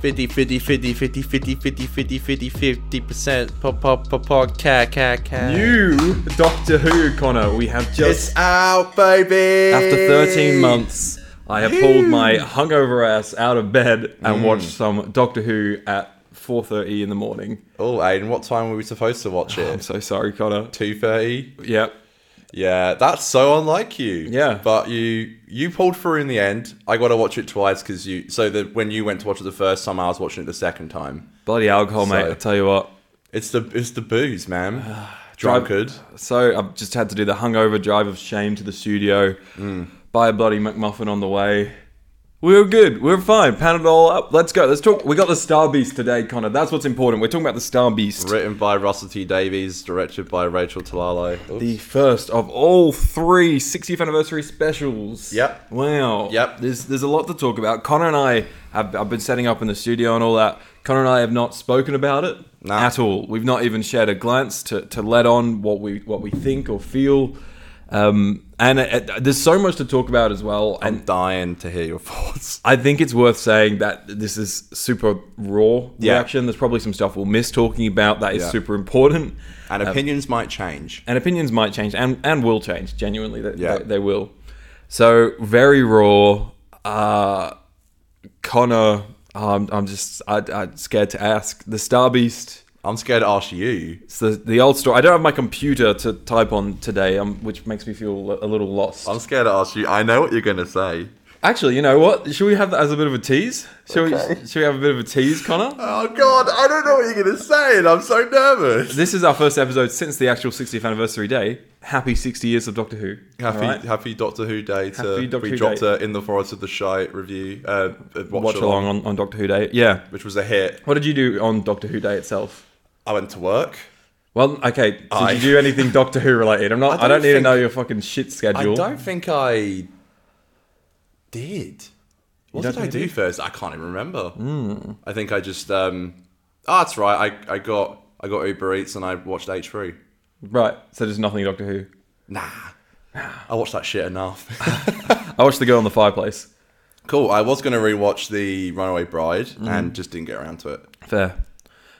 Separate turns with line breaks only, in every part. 50 50 50 50 50 50 50 50 50 percent pop pop pop pop cat cat cat
New Doctor Who, Connor. We have just
it's out baby
after 13 months. I have pulled my hungover ass out of bed and watched some Doctor Who at 4:30 in the morning.
oh aiden what time were we supposed to watch
I'm
it
so sorry, Connor.
2.30
Yep.
yeah that's so unlike you
Yeah.
but you you pulled through in the end i gotta watch it twice because you so that when you went to watch it the first time i was watching it the second time
Bloody alcohol, mate.
So-
I tell you what.
it's the it's the booze man
Drive-
drunkard
So I've just had to do the hungover drive of shame to the studio. Buy a bloody McMuffin on the way. We were good. We were fine. Pound it all up. Let's go. Let's talk. We got the Star Beast today, Connor. That's what's important. We're talking about the Star Beast.
written by russell t davies directed by rachel talalo Oops.
the first of all three 60th anniversary specials.
Yep.
Wow.
Yep.
There's there's a lot to talk about. Connor and I have I've been setting up in the studio and all that. Connor and I have not spoken about it
Nah.
at all. We've not even shared a glance to, to let on what we what we think or feel. Um, and it, it- there's so much to talk about as well. And
I'm dying to hear your thoughts.
I think it's worth saying that this is super raw
Yeah.
reaction. There's probably some stuff we'll miss talking about that is
Yeah.
super important.
And opinions might change.
and opinions might change and, and will change genuinely they,
Yeah.
they, they will so very raw uh connor um, i'm just I, i'm scared to ask the star beast
I'm scared to ask you.
it's the, the old story i don't have my computer to type on today um, which makes me feel a little lost
I'm scared to ask you. I know what you're going to say.
actually you know what should we have that as a bit of a tease should, we, should we have a bit of a tease connor
Oh, God. I don't know what you're going to say, and I'm so nervous.
this is our first episode since the actual 60th anniversary day happy 60 years of doctor who
Happy,
alright?
happy Doctor Who Day to
Happy Doctor
we
Who
dropped
Day.
a In the Forest of the Shite review, uh, watch,
watch along on, on doctor who day yeah
which was a hit.
What did you do on Doctor Who Day itself?
I went to work.
Well, okay. Did
I-
you do anything Doctor Who related? I'm not. I
I
don't,
don't
need to
think-
know your fucking shit
I
schedule.
don't think I did. What
don't
did I
think you
do first? I can't even remember.
Hmm.
I think I just. um Oh, that's right. I, I got I got Uber Eats and I watched H3.
Right. So there's nothing Doctor Who.
Nah. I watched that shit enough.
I watched the girl in the fireplace.
cool. I was going to rewatch the Runaway Bride
Hmm.
and just didn't get around to it.
Fair.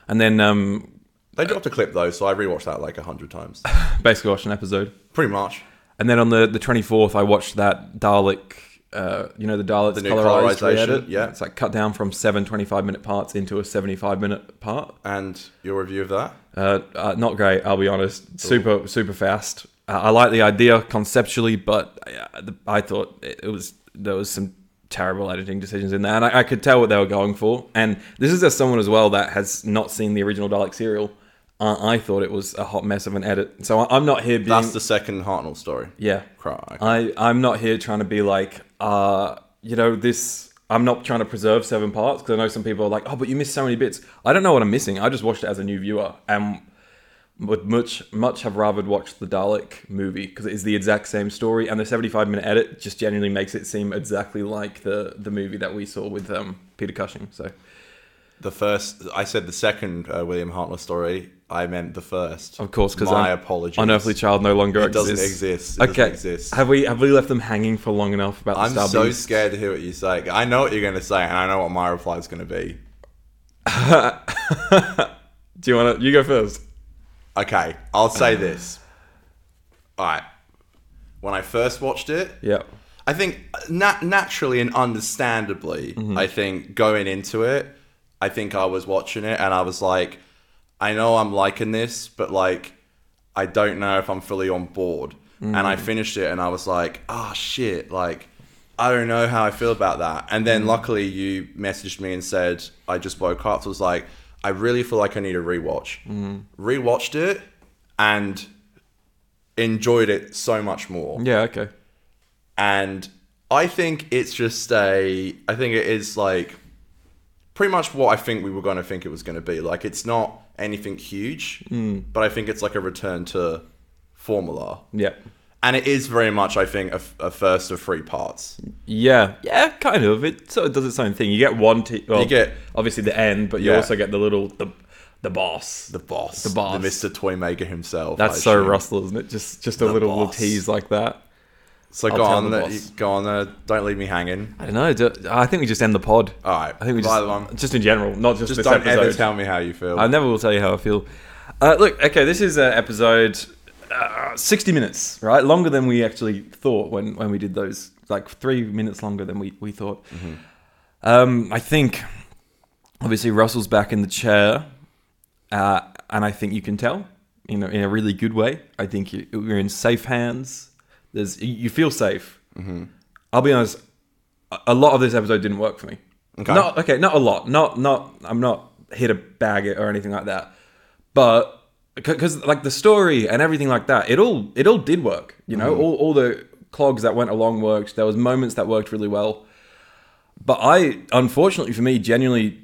And then um,
They dropped a clip though, so I rewatched that like a hundred times.
basically watched an episode.
Pretty much.
And then on the the 24th, I watched that Dalek. Uh, you know the Daleks
new
colorized
colorization,
re-edit?
yeah.
It's like cut down from seven 25 minute parts into a 75 minute part.
And your review of that?
Uh, uh, not great, I'll be honest. Super, super fast. Uh, I like the idea conceptually, but I, the, I thought it, it was there was some terrible editing decisions in there, and I, I could tell what they were going for. And this is as someone as well that has not seen the original Dalek serial. Uh, I thought it was a hot mess of an edit, so I, I'm not here being
That's the second Hartnell story.
yeah.
Cry.
I I'm not here trying to be like uh you know this. I'm not trying to preserve seven parts because I know some people are like, oh, but you missed so many bits. I don't know what I'm missing. I just watched it as a new viewer and would much much have rather watched the Dalek movie because it is the exact same story and the 75 minute edit just genuinely makes it seem exactly like the the movie that we saw with um, Peter Cushing. So
The first, I said the second uh, William Hartnell story. I meant the first.
of course, because
my apologies.
Unearthly Child no longer
It
exists.
doesn't exist. It
okay,
doesn't exist.
have we have we left them hanging for long enough about the
I'm
Star
so
Beast?
scared to hear what you say. I know what you're going to say, and I know what my reply is going to be.
Do you want to? You go first.
Okay, I'll say this. All right. When I first watched it,
Yeah.
I think na- naturally and understandably, I think going into it, I think I was watching it and I was like, I know I'm liking this, but like, I don't know if I'm fully on board. And I finished it and I was like, ah, shit, like, I don't know how I feel about that. And then luckily you messaged me and said, I just woke up. So I was like, I really feel like I need a rewatch. Rewatched it and enjoyed it so much more
Yeah. Okay.
and I think it's just a. I think it is like pretty much what I think we were going to think it was going to be. Like it's not anything huge,
Hmm.
but I think it's like a return to formula,
Yeah.
and it is very much, I think, a, f- a first of three parts.
Yeah. Yeah. Kind of. It sort of does its own thing. You get one. T- well,
You get-
obviously the end, but you
Yeah.
also get the little the the boss.
The boss,
The boss.
the Mister Toymaker himself.
That's
I
so
assume.
Russell, isn't it? Just just a little, little
boss.
tease like that.
So
I'll
go
tell
on,
the
the-
boss.
go on. Uh, don't leave me hanging.
I don't know. do- I think we just end the pod.
All right.
I think we
Bye,
just,
everyone.
just in general, not just,
Just
this
don't
episode.
ever tell me how you feel.
I never will tell you how I feel. Uh, look, okay, this is uh, episode uh, 60 minutes, right? Longer than we actually thought when, when we did those, like three minutes longer than we, we thought. Um, I think, obviously, Russell's back in the chair, uh, and I think you can tell, you know, in a really good way. I think you, you're in safe hands. There's you- You feel safe. I'll be honest, a- a lot of this episode didn't work for me.
Okay.
Not okay, not a lot. Not not I'm not here to bag it or anything like that. But because like the story and everything like that, it all it all did work. You
Mm-hmm.
know, all all the clogs that went along worked. There was moments that worked really well. But I, unfortunately for me, genuinely,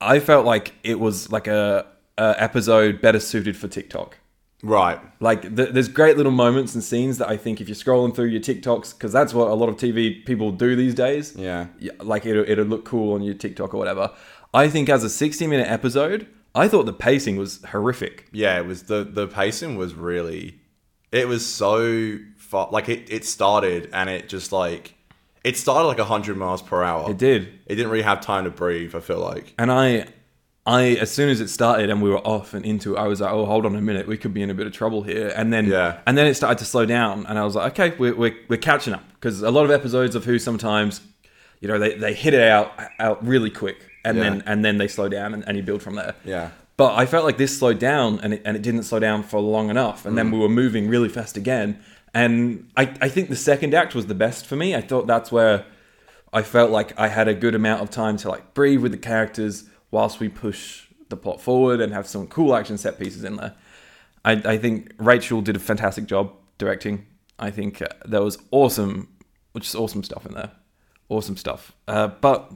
I felt like it was like a, a episode better suited for TikTok.
right.
Like th- there's great little moments and scenes that I think if you're scrolling through your TikToks, because that's what a lot of TV people do these days.
Yeah.
Yeah, like it'll, it'll look cool on your TikTok or whatever. I think as a 60 minute episode, I thought the pacing was horrific.
Yeah. It was the the pacing was really. It was so far. Like it it started and it just like it started like hundred miles per hour.
It did.
It didn't really have time to breathe. I feel like.
And I, I as soon as it started and we were off and into it, I was like, oh, hold on a minute, we could be in a bit of trouble here. And then
Yeah.
and then it started to slow down, and I was like, okay, we're we're, we're catching up because a lot of episodes of Who sometimes, you know, they, they hit it out out really quick, and
Yeah.
then and then they slow down and, and you build from there.
Yeah.
But I felt like this slowed down and it, and it didn't slow down for long enough. And then we were moving really fast again. And I, I think the second act was the best for me. I thought that's where I felt like I had a good amount of time to like breathe with the characters whilst we push the plot forward and have some cool action set pieces in there. I, I think Rachel did a fantastic job directing. I think uh, there was awesome, just awesome stuff in there. Awesome stuff. Uh, but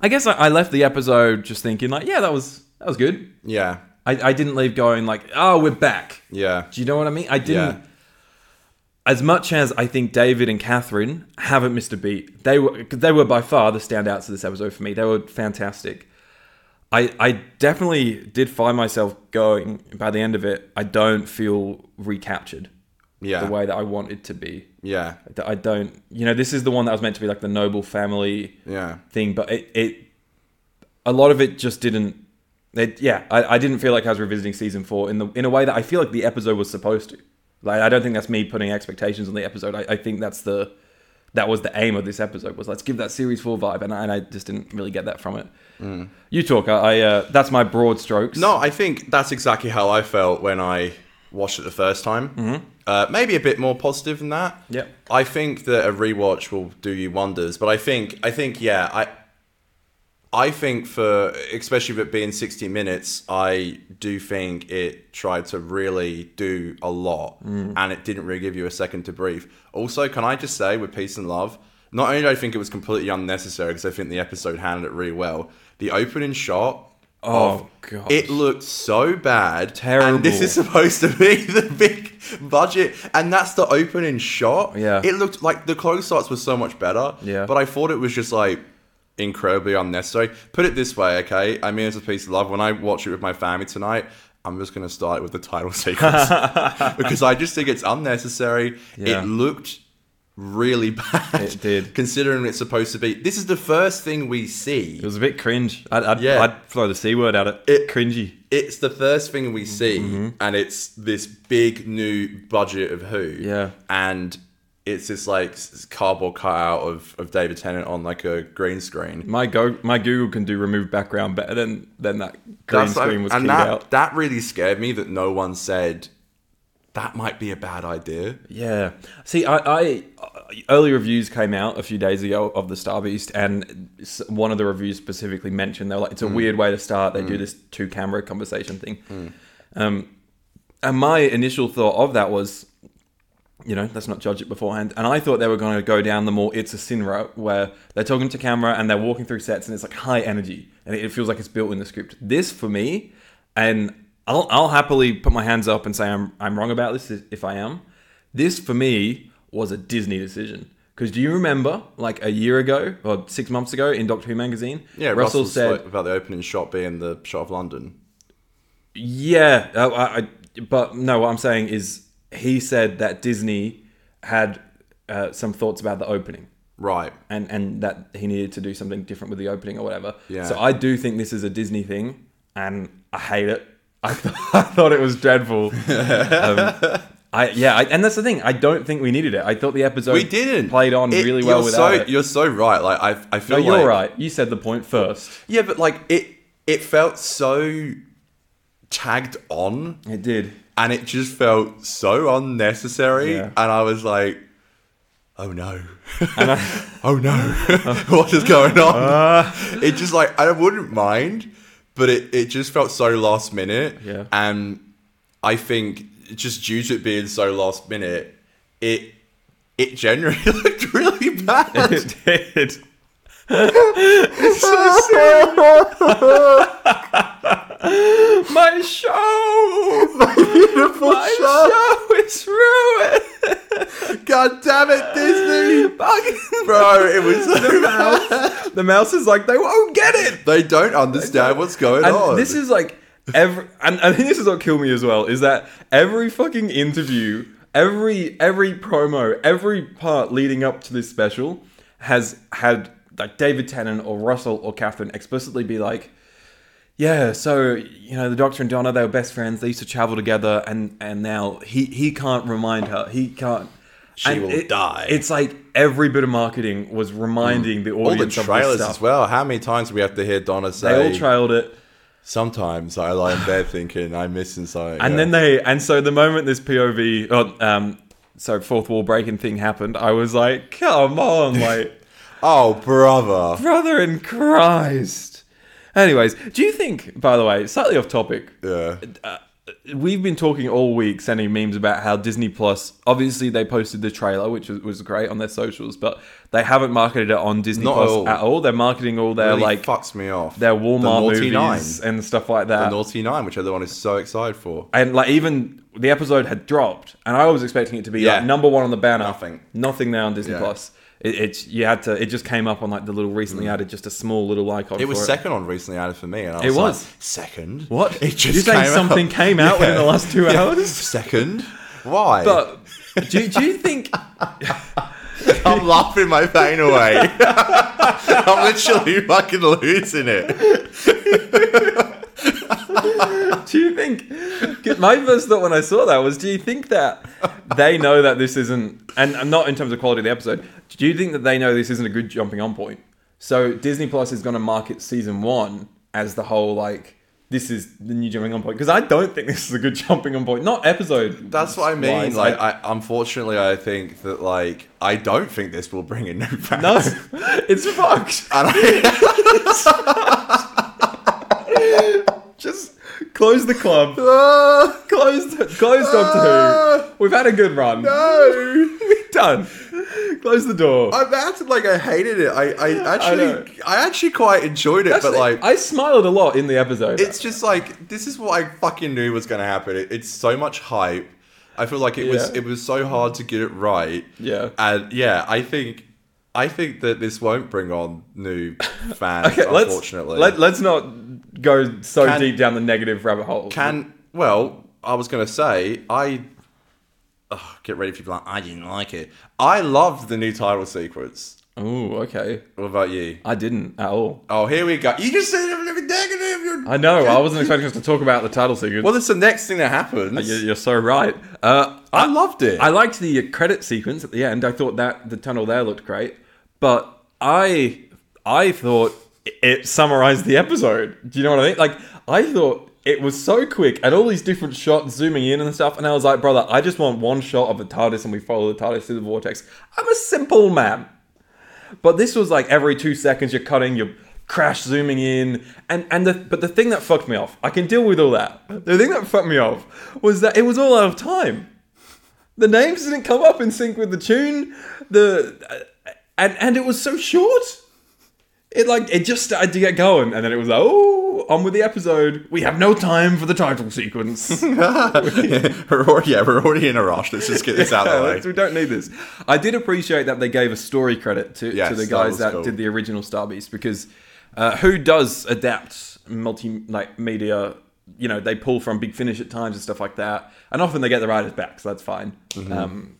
I guess I, I left the episode just thinking like, yeah, that was that was good.
Yeah.
I, I didn't leave going like, oh, we're back.
Yeah.
Do you know what I mean? I didn't.
Yeah.
As much as I think David and Catherine haven't missed a beat, they were they were by far the standouts of this episode for me. They were fantastic. I I definitely did find myself going by the end of it. I don't feel recaptured
Yeah.
the way that I wanted to be.
Yeah.
That I don't. You know, this is the one that was meant to be like the noble family
Yeah.
thing, but it, it a lot of it just didn't. It, yeah, I, I didn't feel like I was revisiting season four in the in a way that I feel like the episode was supposed to. Like I don't think that's me putting expectations on the episode. I, I think that's the that was the aim of this episode was let's give that series four vibe, and I, and I just didn't really get that from it. You talk. I, I uh, that's my broad strokes.
Mm. No, I think that's exactly how I felt when I watched it the first time. Mm-hmm. Uh, maybe a bit more positive than that.
Yep.
I think that a rewatch will do you wonders, but I think I think yeah, I I think for especially with it being 60 minutes, I do think it tried to really do a lot and it didn't really give you a second to breathe. Also, can I just say with peace and love, not only do I think it was completely unnecessary because I think the episode handled it really well, the opening shot
Oh,
of-
gosh.
It looked so bad.
Terrible.
And this is supposed to be the big budget. And that's the opening shot.
Yeah.
It looked like the close shots were so much better.
Yeah.
But I thought it was just like incredibly unnecessary. Put it this way, okay? I mean, it's a piece of love. When I watch it with my family tonight, I'm just going to start with the title sequence because I just think it's unnecessary.
Yeah.
It looked really bad.
It did.
Considering it's supposed to be. This is the first thing we see.
it was a bit cringe. I'd, I'd,
Yeah.
I'd throw the c word at it.
It-
Cringy.
it's the first thing
Mm-hmm.
we see, and it's this big new budget of Who.
Yeah.
And it's this like s- cardboard cutout of, of David Tennant on like a green screen.
My go my Google can do remove background better than than that green
That's like-
screen was
and
keyed
that,
out.
that really scared me that no one said that might be a bad idea.
Yeah. See, I, I early reviews came out a few days ago of the Star Beast, and s- one of the reviews specifically mentioned they were like, "It's a weird way to start." They do this two camera conversation thing, um, and my initial thought of that was, you know, let's not judge it beforehand. And I thought they were going to go down the more "It's a Sin route, where they're talking to camera and they're walking through sets, and it's like high energy, and it feels like it's built in the script. This for me, and I'll, I'll happily put my hands up and say I'm I'm wrong about this if I am. This for me was a Disney decision. Because do you remember, like a year ago or six months ago in Doctor Who magazine,
Yeah,
Russell,
Russell
said,
about the opening shot being the shot of London.
yeah, uh, I, I, but no, what I'm saying is he said that Disney had uh, some thoughts about the opening
Right.
and and that he needed to do something different with the opening or whatever.
Yeah.
So I do think this is a Disney thing, and I hate it. I, th- I thought it was dreadful. um, I yeah, I, and that's the thing. I don't think we needed it. I thought the episode
We didn't.
played on
It-
really well
you're
without
so,
it.
You're so right. Like I, I
No,
feel
you're
like
right. You said the point first.
Yeah, but like it, it felt so tagged on,
It did.
and it just felt so unnecessary.
Yeah.
And I was like, oh no, oh no, what is going on?
Uh.
it just like I wouldn't mind, but it it just felt so last minute.
Yeah.
and I think just due to it being so last minute, it it generally looked really bad.
It did.
so sad.
My show.
Beautiful
My
show.
show is ruined.
God damn it, Disney!
Fucking-
Bro, it was so bad.
the mouse is like they won't get it.
They don't understand what's going
and
on.
this is like every and I think this is what killed me as well is that every fucking interview, every every promo, every part leading up to this special has had like David Tennant or Russell or Catherine explicitly be like yeah, so you know the Doctor and Donna, they were best friends. They used to travel together, and and now he he can't remind her. He can't.
She
and
will
it-
die. Mm.
It's like every bit of marketing was reminding the
all the
audience of
trailers
this
as
stuff.
well. How many times do we have to hear Donna
They
say?
all trailed it.
Sometimes I lie in bed thinking I'm missing something.
And
Yeah.
then they, and so the moment this POV, or, um, so fourth wall breaking thing happened, I was like, come on, like,
oh brother,
brother in Christ. Anyways, do you think, by the way, slightly off topic,
yeah,
uh, we've been talking all week, sending memes about how Disney Plus, obviously they posted the trailer, which was, was great on their socials, but they haven't marketed it on Disney
Not at
Plus
all.
at all. They're marketing all their,
really
like,
fucks me off.
their Walmart
the naughty
movies
nine,
and stuff like that.
the naughty nine, which everyone is so excited for.
and like even the episode had dropped, and I was expecting it to be
Yeah.
like number one on the banner.
Nothing.
nothing there on Disney
Yeah.
Plus. It, it you had to. It just came up on like the little recently added, just a small little icon.
It was
for
second on recently added for me, and I
It
was, like,
was.
second.
What?
It just
You're saying
came
something
out.
came out within the last two hours?
Second. Why?
But do, you- do you think?
I'm laughing my pain away. I'm literally fucking losing it.
Do you think? 'cause My first thought when I saw that was, do you think that they know that this isn't, and and not in terms of quality of the episode, do you think that they know this isn't a good jumping on point? So Disney Plus is going to market season one as the whole like. This is the new jumping on point because I don't think this is a good jumping on point. Not episode.
That's what I mean.
wise,
like, I, unfortunately, I think that like I don't think this will bring in no fans.
no, it's fucked.
And I,
Just close the club.
Ah,
Close, the, close Doctor Who. We've had a good run.
no,
We're done. Close the door.
I've acted like I hated it. I, I
know.
actually, I, actually quite enjoyed it, but
Actually,
like.
I smiled a lot in the episode.
it's just like this is what I fucking knew was going to happen. It, it's so much hype. I feel like it was
Yeah.
it was so hard to get it right.
Yeah.
and yeah, I think I think that this won't bring on new fans.
okay, let's,
unfortunately,
Let, let's not go so
Can-
deep down the negative rabbit hole.
can well, I was going to say I Ugh, get ready for people like I didn't like it. I loved the new title sequence.
Oh, okay.
What about you?
I didn't at all.
Oh, here we go. You just said everything negative. You're...
I know. I wasn't expecting us to talk about the title sequence.
Well, that's the next thing that happens.
You- You're so right. Uh,
I loved it.
I liked the credit sequence at the end. I thought that the tunnel there looked great, but I I thought it summarized the episode. Do you know what I mean? Like I thought it was so quick and all these different shots zooming in and stuff and I was like, "Brother, I just want one shot of the TARDIS and we follow the TARDIS through the vortex." I'm a simple man. But this was like every two seconds you're cutting, you're crash zooming in, and and the but the thing that fucked me off, I can deal with all that. The thing that fucked me off was that it was all out of time. The names didn't come up in sync with the tune. The uh, and and it was so short. It like it just started to get going, and then it was like, oh, on with the episode. We have no time for the title sequence.
we're already, yeah, we're already in a rush. Let's just get this out
Yeah,
of
let's-
the
we
way.
don't need this. I did appreciate that they gave a story credit to,
Yes,
to the
that
guys
was
that,
cool.
did the original Star Beast because uh, who does adapt multi like media? You know, they pull from Big Finish at times and stuff like that, and often they get the writers back, so that's fine. Um,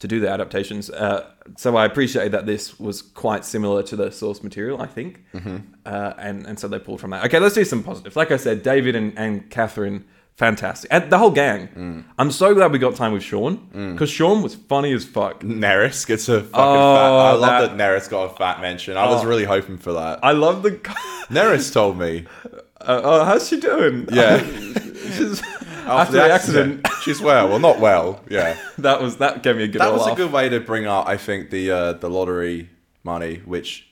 to do the adaptations. Uh, so I appreciate that this was quite similar to the source material, I think. Uh, and, and so they pulled from that. Okay, let's do some positives. Like I said, David and, and Catherine, fantastic. And the whole gang. I'm so glad we got time with Sean because Sean was funny as fuck.
Neris gets a fucking
Oh,
fat. I love
that- Oh.
that, Neris got a fat mention. I was really hoping for that.
I love the.
Neris told me.
Uh, oh, how's she doing?
Yeah.
She's- after, the accident,
she's well. Well, not well. Yeah,
that was that gave me a good.
that was
laugh.
a good way to bring up. I think the uh, the lottery money, which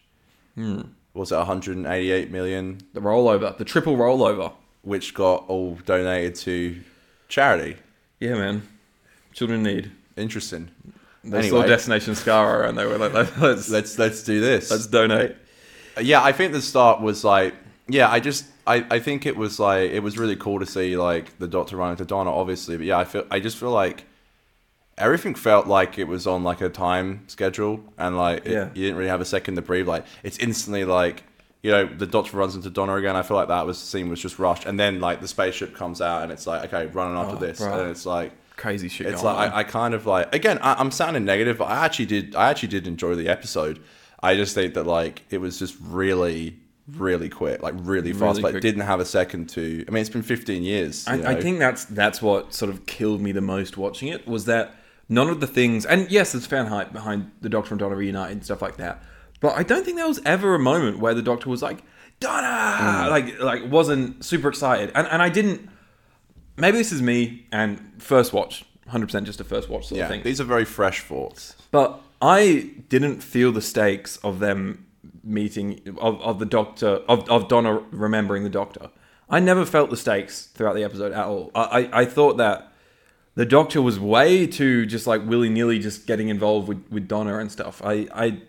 was it 188 million,
The rollover, the triple rollover.
which got all donated to charity.
Yeah, man. Children in need.
Interesting.
They saw
Anyway.
Destination Scarra and they were like, let's let's,
Let's let's do this.
let's donate.
yeah, I think the start was like, yeah, I just, I, I think it was like, it was really cool to see like the Doctor running to Donna, obviously, but yeah, I feel, I just feel like everything felt like it was on like a time schedule, and like, it-
Yeah.
you didn't really have a second to breathe. Like, it's instantly like, you know, the Doctor runs into Donna again. I feel like that was the scene was just rushed, and then like the spaceship comes out, and it's like, okay, running after
Oh,
this,
bruh.
and it's like.
Crazy shit.
It's
going
like
on.
I, I kind of like again. I, I'm sounding negative, but I actually did. I actually did enjoy the episode. I just think that like it was just really, really quick, like really fast.
Really
like
quick.
didn't have a second to. I mean, it's been 15 years. you
I, I
know.
think that's that's what sort of killed me the most watching it was that none of the things and yes there's fan hype behind the Doctor and Donna reunited and stuff like that but I don't think there was ever a moment where the Doctor was like
Mm.
Donna like like wasn't super excited and and I didn't maybe this is me and first watch 100% just a first watch sort
yeah,
of thing
these are very fresh thoughts.
but I didn't feel the stakes of them meeting of, of the doctor of, of Donna remembering the doctor. I never felt the stakes throughout the episode at all. I, I, I thought that the doctor was way too just like willy nilly just getting involved with, with Donna and stuff. I, I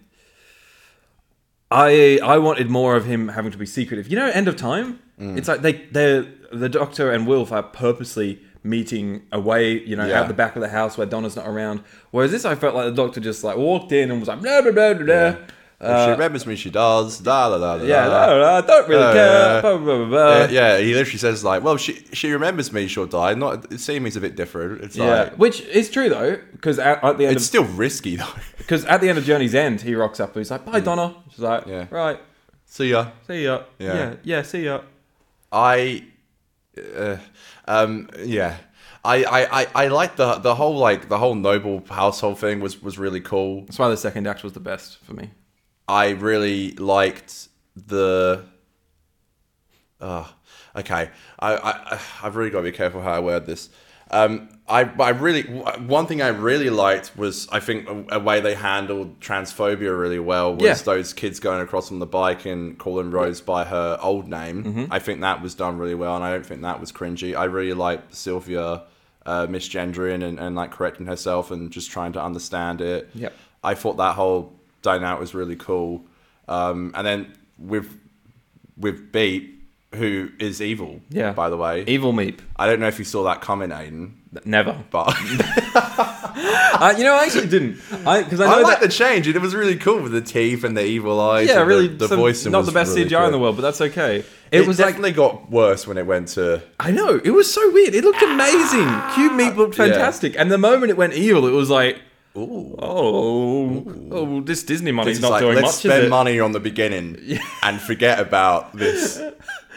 I I wanted more of him having to be secretive. You know, end of time.
Mm.
It's like they they are the Doctor and Wilf are purposely meeting away. You know,
Yeah.
out the back of the house where Donna's not around. Whereas this, I felt like the Doctor just like walked in and was like blah blah blah blah. blah.
if she remembers me. She does. Da da da da.
Uh, Yeah,
da.
blah, blah, blah, don't really
Uh,
care. Blah, blah, blah, blah.
Yeah, yeah, he literally says like, "Well, she she remembers me. She'll die." Not seeing me's a bit different. It's
Yeah.
like
which is true though, because at, at the end
it's
of
still risky though.
because at the end of Journey's End, he rocks up and he's like, "Bye, Donna." She's like,
Mm. Yeah.
"Right,
See ya.
see ya."
Yeah.
yeah, yeah see ya.
I, uh, um, yeah, I, I, I, I like the the whole like the whole noble household thing was was really cool.
That's why the second act was the best for me.
I really liked the. Uh, okay, I, I I've really got to be careful how I word this. Um, I I really one thing I really liked was I think a, a way they handled transphobia really well was
Yeah.
those kids going across on the bike and calling Rose by her old name. I think that was done really well, and I don't think that was cringy. I really liked Sylvia. Uh, misgendering and, and like correcting herself and just trying to understand it.
Yep.
I thought that whole dynamic was really cool. Um, and then with with Beep, who is evil,
Yeah. E-
by the way.
Evil Meep,
I don't know if you saw that coming, Aiden,
never.
but
Uh, you know, I actually didn't. I because I know
I like
that.
the change. It was really cool with the teeth and the evil eyes.
yeah,
and
really,
The, the
some-
voicing
not
was
the best
really
CGI in the
good.
world, but that's okay. It,
It,
was like
definitely got worse when it went to.
I know it was so weird. It looked amazing. Cube Meep looked
Yeah.
fantastic, and the moment it went evil, it was like,
Ooh.
oh, oh, well, this Disney money's
It's
not
like,
doing
let's
much.
spend
is it?
money on the beginning and forget about this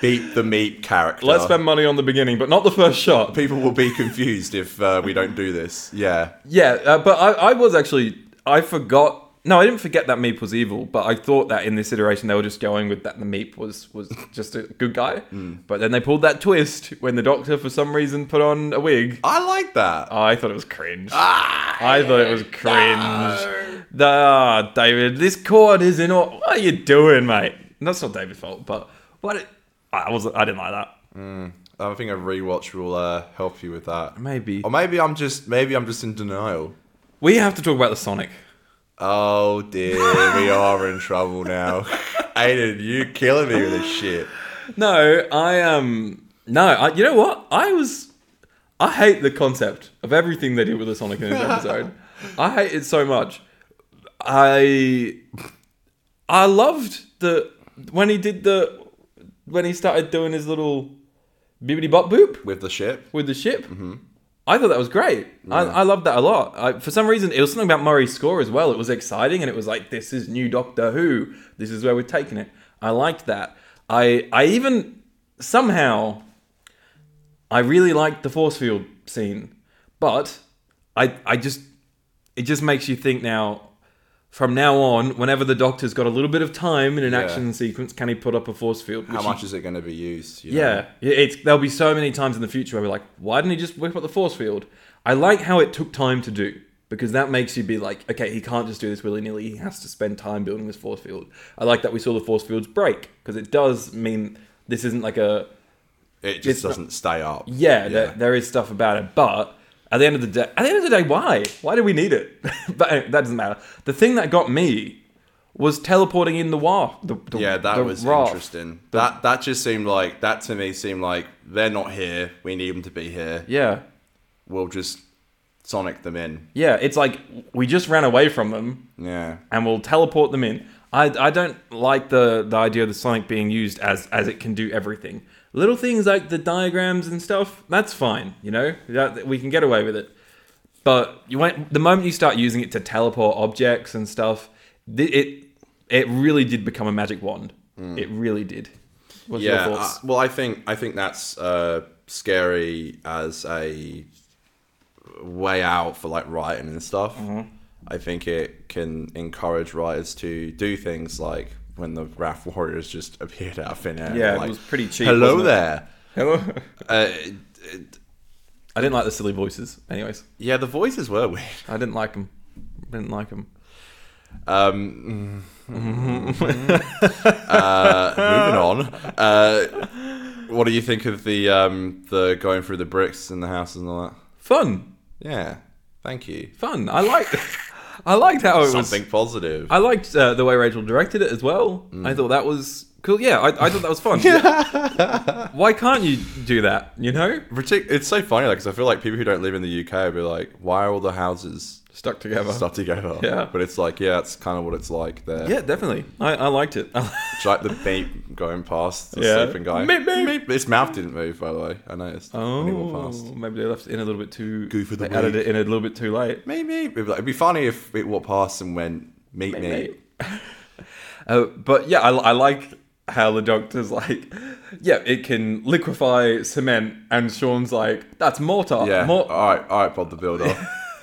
beat the meat character.
Let's spend money on the beginning, but not the first shot.
People will be confused if uh, we don't do this. Yeah.
Yeah, uh, but I, I was actually I forgot. No, I didn't forget that Meep was evil, but I thought that in this iteration they were just going with that the Meep was was just a good guy. But then they pulled that twist when the Doctor, for some reason, put on a wig.
I like that.
I thought it was cringe. I thought it was cringe. The, ah, David, this cord is in. All, what are you doing, mate? And that's not David's fault, but what? It, I was I didn't like that.
I think a rewatch will uh, help you with that.
Maybe
Or maybe I'm just maybe I'm just in denial.
we have to talk about the Sonic.
Oh dear, we are in trouble now. Aiden, you killing me with this shit.
No, I um no, I, you know what? I was I hate the concept of everything they did with the Sonic in this episode. I hate it so much. I I loved the when he did the when he started doing his little bibbity bop boop
With the ship? Mm-hmm.
with the ship. I thought that was great. I, I loved that a lot. I, for some reason, it was something about Murray's score as well. It was exciting, and it was like, this is new Doctor Who. This is where we're taking it. I liked that. I I even somehow I really liked the force field scene, but I I just it just makes you think now. From now on, whenever the Doctor's got a little bit of time in an action sequence, can he put up a force field?
How
Which he
much is it going to be used? you know?
yeah, Yeah, it's there'll be so many times in the future where we're like, why didn't he just whip up the force field? I like how it took time to do because that makes you be like, okay, he can't just do this willy nilly. He has to spend time building this force field. I like that we saw the force fields break because it does mean this isn't like a
It
It's
just
not-
doesn't stay up.
yeah, There, there is stuff about it, but at the end of the day, at the end of the day, why? Why do we need it? but anyway, that doesn't matter. The thing that got me was teleporting in the war. The, the-
Yeah, that
the
was
Wrath.
interesting. That that just seemed like that to me seemed like they're not here. We need them to be here.
Yeah,
We'll just sonic them in.
yeah. It's like we just ran away from them.
Yeah.
and we'll teleport them in. I, I don't like the, the idea of the Sonic being used as as it can do everything. Little things like the diagrams and stuff, that's fine, you know? That, we can get away with it. But you went, the moment you start using it to teleport objects and stuff, th- it it really did become a magic wand. It really did. What's
Hmm. yeah.
your thoughts?
uh, well, I think I think that's uh, scary as a way out for like writing and stuff.
Mm-hmm.
I think it can encourage writers to do things like when the Wrath Warriors just appeared out of thin air.
Yeah, it
like,
was pretty cheap,
Hello
wasn't it?"
there.
Hello?
Uh, it- it-
I didn't like the silly voices. Anyways,
yeah, the voices were weird.
I didn't like them. Didn't like them.
Um,
Mm-hmm.
uh, moving on. Uh, what do you think of the um, the going through the bricks in the house and all that?
Fun.
Yeah, thank you.
Fun. I liked I liked how it was
Something positive.
I liked uh, the way Rachel directed it as well.
Mm.
I thought that was cool. Yeah, I, I thought that was fun. Why can't you do that? You know,
Partic- it's so funny because I feel like people who don't live in the UK will be like, "Why are all the houses
stuck together.
stuck together?"
Yeah.
but it's like, yeah, that's kind of what it's like there.
Yeah, definitely. I, I liked it.
It's like the beep going past the
Yeah.
sleeping guy.
Meep, meep.
His mouth didn't move, by the way. I noticed when he walked past.
oh, maybe they left it in a little bit too.
Goof of the
they added
week.
it in a little bit too late.
Maybe it'd be, like- it'd be funny if it walked past and went meet me.
Uh, but yeah, I, I like how the doctor's like, yeah, it can liquefy cement, and Sean's like, that's mortar.
Yeah.
Mor-
all right, all right, Bob the Builder.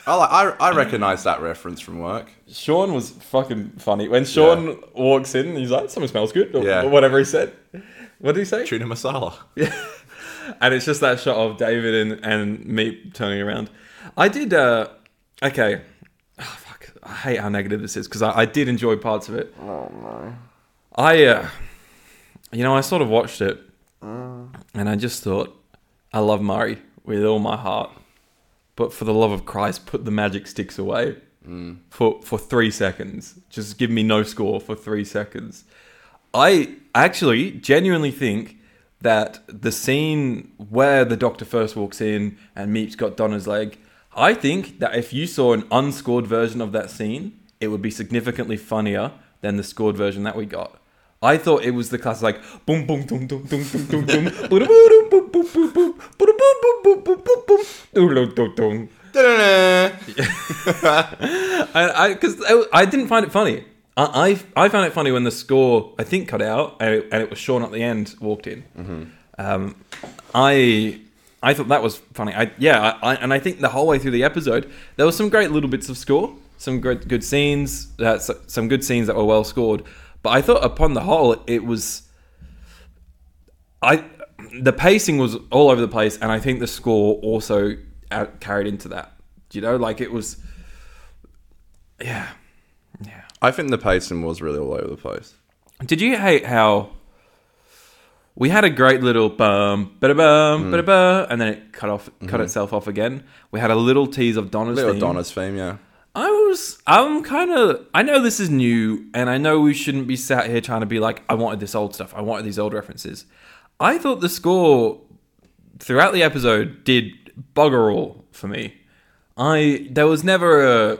I like. I, I recognize that reference from work.
Sean was fucking funny. When Sean walks in, he's like, something smells good, or,
Yeah.
or whatever he said. What did he say?
Tuna masala.
And it's just that shot of David and, and me turning around. I did, uh, okay. Oh, fuck. I hate how negative this is because I, I did enjoy parts of it. Oh, no. I, uh, you know, I sort of watched it and I just thought, I love Murray with all my heart. But for the love of Christ, put the magic sticks away for, for three seconds. Just give me no score for three seconds. I actually genuinely think that the scene where the doctor first walks in and Meep's got Donna's leg, I think that if you saw an unscored version of that scene, it would be significantly funnier than the scored version that we got. I thought it was the class like boom boom boom boom boom boom boom boom boom boom boom boom boom boom boom boom boom boom boom boom boom boom boom
Da-da-da.
I because I, I didn't find it funny. I, I I found it funny when the score I think cut out and it, and it was Sean at the end walked in. Um, I I thought that was funny. I yeah, I, I, and I think the whole way through the episode there was some great little bits of score, some great good scenes, uh, s- some good scenes that were well scored. But I thought upon the whole it was I the pacing was all over the place, and I think the score also out, carried into that. You know, like it was. Yeah. Yeah.
I think the pacing was really all over the place.
Did you hate how we had a great little bum, bada
Mm.
bum, bada bum, and then it cut off, cut itself off again? We had a little tease of Donna's
Mm-hmm. Little
theme.
Donna's theme, yeah.
I was, I'm kind of, I know this is new, and I know we shouldn't be sat here trying to be like, I wanted this old stuff, I wanted these old references. I thought the score throughout the episode did bugger all for me. I there was never a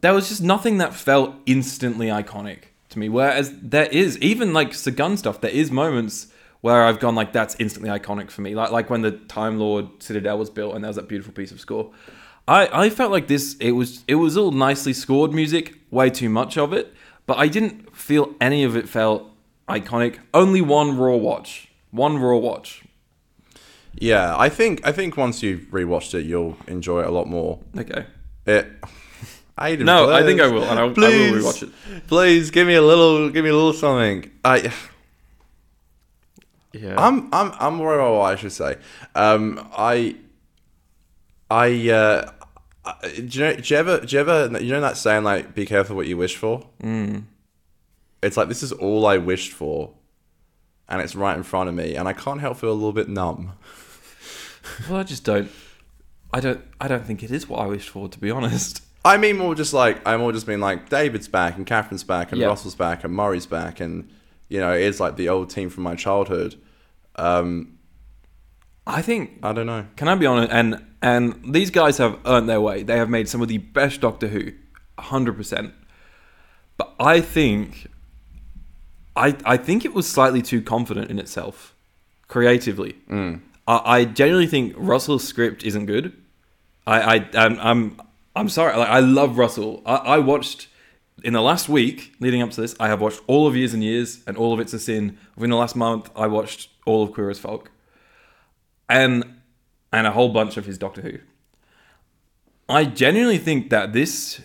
there was just nothing that felt instantly iconic to me. Whereas there is even like Sagun stuff, there is moments where I've gone like that's instantly iconic for me. Like like when the Time Lord Citadel was built and there was that beautiful piece of score. I, I felt like this it was it was all nicely scored music, way too much of it, but I didn't feel any of it felt iconic. Only one raw watch. One raw watch.
Yeah, I think I think once you've rewatched it, you'll enjoy it a lot more.
Okay.
It. I
No, I think I will, and I- I will rewatch
it. Please give me a little, give me a little something. I,
Yeah.
I'm, I'm, I'm worried about what I should say. Um, I, I, uh, I- do you know, do you ever, do you ever, you know that saying like, be careful what you wish for. Mm. It's like this is all I wished for, and it's right in front of me, and I can't help feel a little bit numb.
well, I just don't I don't I don't think it is what I wished for to be honest.
I mean, more just like I'm all just being like David's back and Catherine's back and
Yeah.
Russell's back and Murray's back and you know it's like the old team from my childhood. Um,
I think
I don't know.
Can I be honest? And and these guys have earned their way. They have made some of the best Doctor Who, hundred percent. But I think, I I think it was slightly too confident in itself, creatively. I, I genuinely think Russell's script isn't good. I I I'm I'm, I'm sorry. Like I love Russell. I, I watched. In the last week leading up to this, I have watched all of Years and Years and all of It's a Sin. Within the last month, I watched all of Queer as Folk and and a whole bunch of his Doctor Who. I genuinely think that this,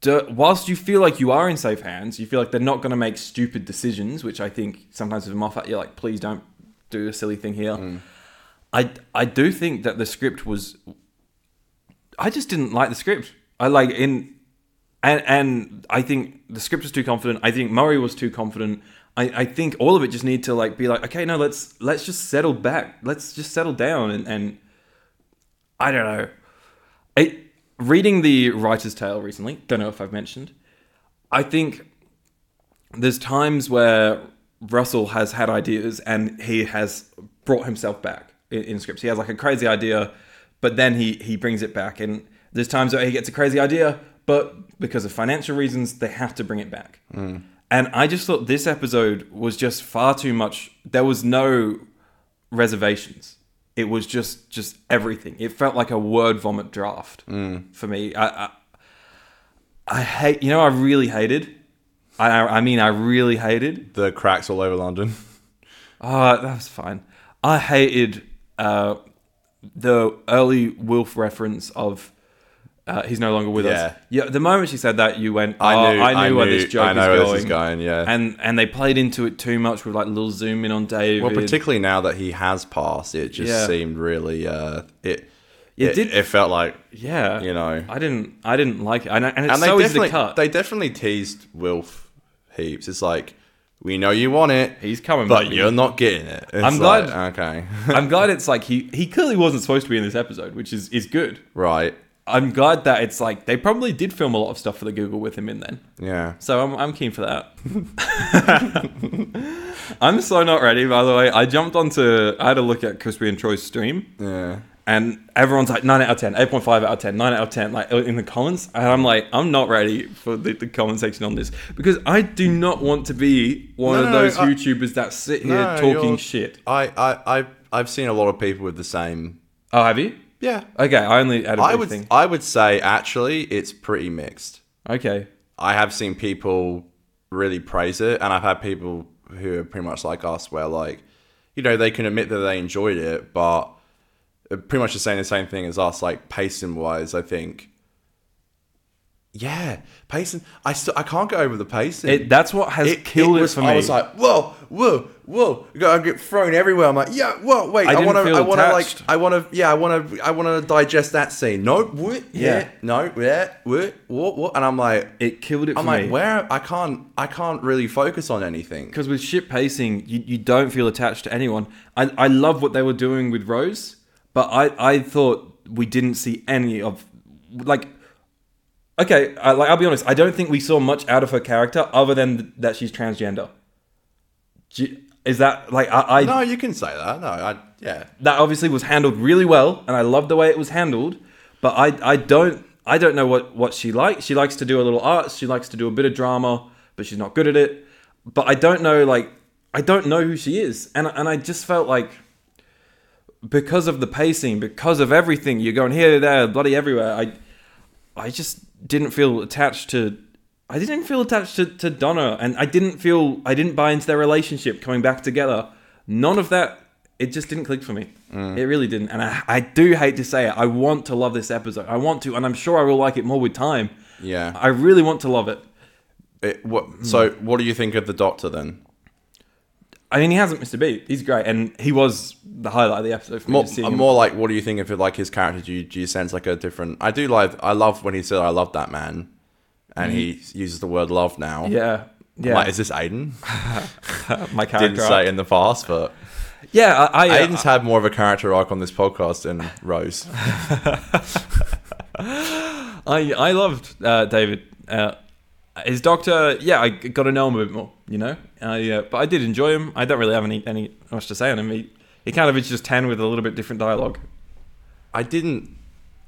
d- whilst you feel like you are in safe hands, you feel like they're not going to make stupid decisions, which I think sometimes with Moffat, you're like, please don't do a silly thing here. I I do think that the script was. I just didn't like the script. I like in. And, and I think the script was too confident. I think Murray was too confident. I, I think all of it just need to like be like, okay, no, let's let's just settle back. Let's just settle down and, and I don't know. I reading the writer's tale recently, don't know if I've mentioned. I think there's times where Russell has had ideas and he has brought himself back in, in scripts. He has like a crazy idea, but then he he brings it back. And there's times where he gets a crazy idea, but because of financial reasons, they have to bring it back. And I just thought this episode was just far too much. There was no reservations. It was just just everything. It felt like a word vomit draft for me. I, I I hate. You know, I really hated. I I I mean, I really hated.
The cracks all over London.
Ah, that was fine. I hated uh, the early Wilf reference of uh, he's no longer with us.
Yeah.
Yeah. The moment she said that, you went, oh,
I knew,
I knew where this joke
I
is
know
going.
where this is going. Yeah.
And and they played into it too much with like little zoom in on David.
well, particularly now that he has passed, it just
Yeah.
seemed really. Uh, it. It,
did-
It felt like.
yeah,
you know.
I didn't I didn't like it, and, I- and it's
And they
so easy
definitely
to cut.
they definitely teased Wilf heaps. It's like we know you want it,
he's coming,
but
baby.
you're not getting it. It's
I'm
like,
glad-
Okay.
I'm glad it's like he he clearly wasn't supposed to be in this episode, which is is good.
right.
I'm glad that it's like they probably did film a lot of stuff for the Google with him in then.
Yeah.
So I'm, I'm keen for that. I'm so not ready, by the way. I jumped onto, I had a look at Crispy and Troy's stream,
Yeah.
and everyone's like 9 out of 10, 8.5 out of 10, 9 out of 10, like in the comments. And I'm like, I'm not ready for the, the comment section on this because I do not want to be one
No,
of
no,
those
I-
YouTubers that sit here
No,
talking
you're-
shit.
I, I, I, I've seen a lot of people with the same.
Oh, have you?
Yeah.
Okay, I only added
I
a brief
would,
thing.
I would say actually it's pretty mixed.
Okay.
I have seen people really praise it, and I've had people who are pretty much like us, where like, you know, they can admit that they enjoyed it, but they're pretty much just saying the same thing as us. Like pacing wise, I think. Yeah, pacing. I still I can't get over the pacing.
It, that's what has killed it,
was-
for me.
I was like, whoa, whoa, whoa. I get thrown everywhere. I'm like, yeah, whoa, wait. I
didn't
want to,
feel
I want to, like,
attached.
I want to, yeah, I want to, I want to digest that scene. No, what? Yeah,
Yeah.
no, yeah, what, what, what? And I'm like,
it killed it for
I'm like,
me.
where? I can't, I can't really focus on anything.
because with ship pacing, you, you don't feel attached to anyone. I, I love what they were doing with Rose, but I, I thought we didn't see any of like. Okay, I, like I'll be honest, I don't think we saw much out of her character other than that she's transgender. Do you- Is that like I, I
No, you can say that. No, I, yeah.
that obviously was handled really well, and I love the way it was handled. But I, I don't, I don't know what what she likes. She likes to do a little arts. She likes to do a bit of drama, but she's not good at it. But I don't know, like, I don't know who she is, and and I just felt like because of the pacing, because of everything, you're going here, there, bloody everywhere. I I just didn't feel attached to. I didn't feel attached to, to Donna, and I didn't feel I didn't buy into their relationship coming back together. None of that. It just didn't click for me.
Mm.
It really didn't, and I, I do hate to say it. I want to love this episode. I want to, and I'm sure I will like it more with time.
Yeah.
I really want to love it.
It,
Hmm.
what, so, what do you think of the Doctor then?
I mean, he hasn't missed a beat. He's great, and he was the highlight of the episode for me.
More,
just seeing
I'm
him.
more like, what do you think of like his character? Do you, do you sense like a different? I do like. I love when he said, "I love that man," and he uses the word "love" now.
Mm-hmm. yeah, yeah.
I'm Like, is this Aiden?
my character.
Didn't say it in the past, but
arc. yeah, I, I,
Aiden's had more of a character arc on this podcast than Rose.
I, I loved uh, David. Uh, his doctor, yeah, I got to know him a bit more, you know. I, uh, but I did enjoy him. I don't really have any any much to say on him. He, he kind of is just ten with a little bit different dialogue.
I didn't.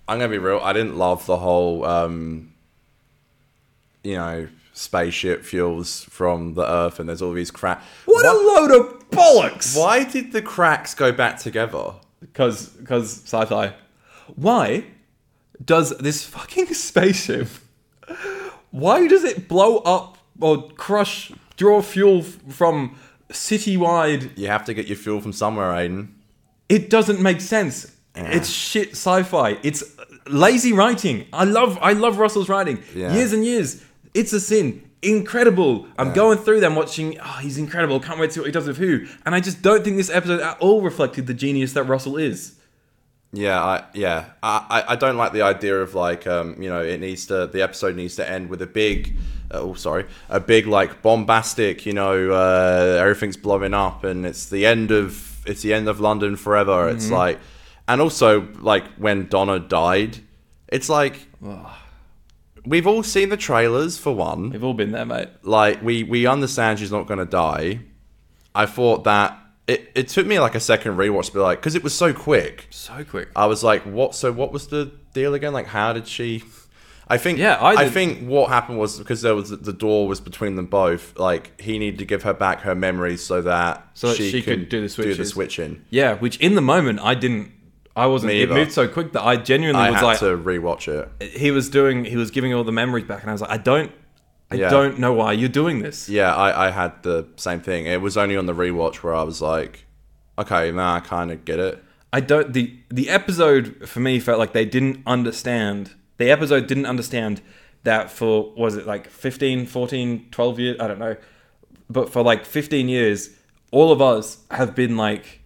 I'm gonna be real. I didn't love the whole, um, you know, spaceship fuels from the Earth, and there's all these cracks.
a load of bollocks!
Why did the cracks go back together?
Because because sci-fi. Why does this fucking spaceship? Why does it blow up or crush, draw fuel f- from citywide?
You have to get your fuel from somewhere, Aiden.
It doesn't make sense. It's shit sci-fi. It's lazy writing. I love I love Russell's writing.
Yeah.
Years and years. It's a sin. Incredible. I'm going through them watching. Oh, he's incredible. Can't wait to see what he does with who. And I just don't think this episode at all reflected the genius that Russell is.
Yeah, I yeah. I, I- I don't like the idea of like um, you know, it needs to the episode needs to end with a big uh, oh sorry, a big like bombastic, you know, uh, everything's blowing up and it's the end of it's the end of London forever. It's like and also like when Donna died, it's like we've all seen the trailers for one
We've all been there, mate.
like we we understand she's not going to die. I thought that it, it took me like a second rewatch to be like because it was so quick.
So quick.
I was like, what? So what was the deal again? Like, how did she? I think
Yeah, I
I,
didn't-
think what happened was because there was the door was between them both. Like he needed to give her back her memories so that
So that she
can
could do the switches.
switching.
Yeah, which in the moment I didn't. I wasn't.
Me
It
either.
moved so quick that I genuinely
I
was
had
like,
to rewatch it.
he was doing. He was giving all the memories back, and I was like, I don't. I
Yeah.
don't know why you're doing this.
Yeah, I, I had the same thing. It was only on the rewatch where I was like, okay, now I kind of get it.
I don't. The the episode for me felt like they didn't understand. The episode didn't understand that for was it like 15, 14, 12 years? I don't know. But for like 15 years, all of us have been like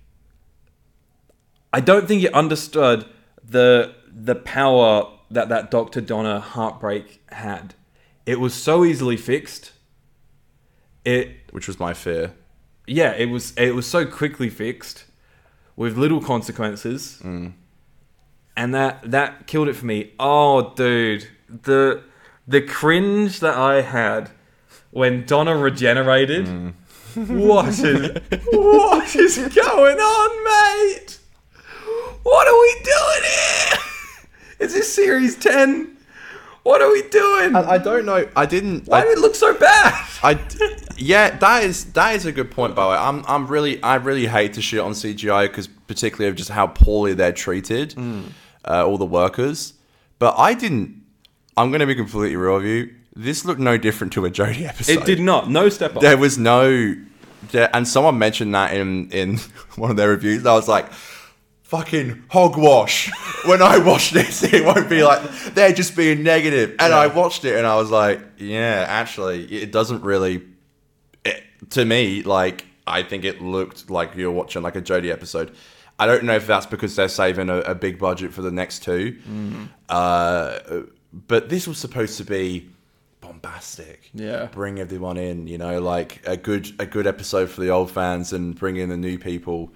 I don't think it understood the the power that that Dr. Donna heartbreak had. It was so easily fixed. It
Which was my fear.
yeah, it was it was so quickly fixed with little consequences,
Mm.
and that that killed it for me. Oh, dude, the the cringe that I had when Donna regenerated.
Mm.
What is what is going on, mate? What are we doing here? Is this series ten? What are we doing?
I, I don't know. I didn't.
Why
I-
did it look so bad?
I, yeah, that is that is a good point. By the way, I'm I'm really I really hate to shit on CGI because particularly of just how poorly they're treated, uh, all the workers. But I didn't. I'm going to be completely real with you. This looked no different to a Jodie episode.
It did not. No step up.
There was no. There, and someone mentioned that in in one of their reviews. I was like. Fucking hogwash. When I watch this, it won't be like they're just being negative. And I watched it and I was like, yeah, actually, it doesn't really it, to me, like I think it looked like you're watching like a Jodie episode. I don't know if that's because they're saving a, a big budget for the next two, uh, but this was supposed to be bombastic.
Yeah.
bring everyone in. You know, like a good a good episode for the old fans and bring in the new people.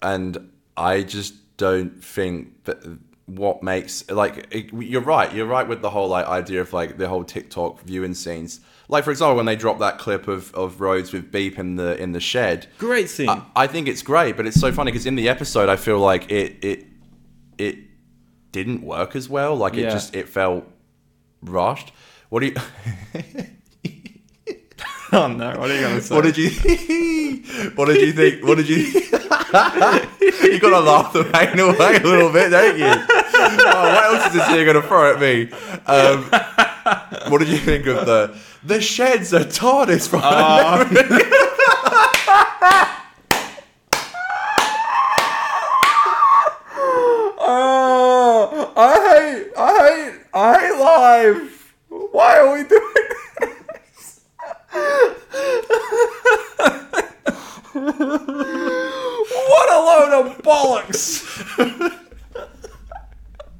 And I just don't think that what makes like it, you're right. You're right with the whole like idea of like the whole TikTok viewing scenes. Like for example, when they drop that clip of of Rhodes with Beep in the in the shed.
Great scene.
I, I think it's great, but it's so funny because in the episode, I feel like it it it didn't work as well. Like it
Yeah.
just it felt rushed. What do you
oh no! What are you gonna say?
what did you What did you think? What did you? you got to laugh the pain away a little bit, don't you? Oh, what else is this here going to throw at me? Um, what did you think of the the sheds are TARDIS from?
Ah. Oh, I hate, I hate, I hate life. Why are we doing this? what a load of bollocks!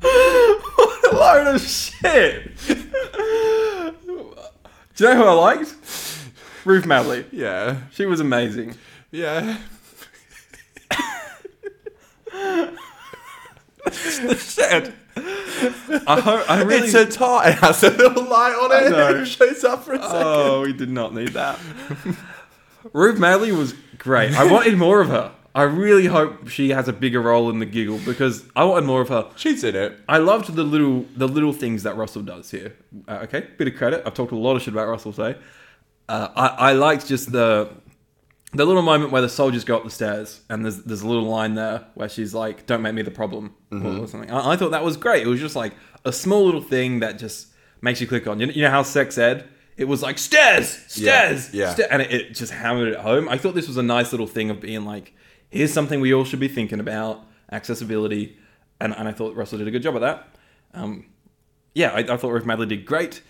what a load of shit! Do you know who I liked? Ruth Madley.
yeah,
She was amazing.
yeah.
Shit. I hope. I really.
It's a tart. It has a little light on it.
know.
And it shows up for a second.
Oh, we did not need that. Ruth Madley was great. I wanted more of her. I really hope she has a bigger role in the giggle because I wanted more of her.
She's in it.
I loved the little the little things that Russell does here. Uh, okay, bit of credit. I've talked a lot of shit about Russell today. Uh, I, I liked just the the little moment where the soldiers go up the stairs and there's there's a little line there where she's like, "Don't make me the problem"
Mm-hmm.
or, or something. I, I thought that was great. It was just like a small little thing that just makes you click on. You know, you know how sex ed. It was like stairs, stairs,
yeah.
sta-" and it, it just hammered it home. I thought this was a nice little thing of being like, here's something we all should be thinking about accessibility, and, and I thought Russell did a good job of that. Um, yeah, I, I thought Ruth Madley did great.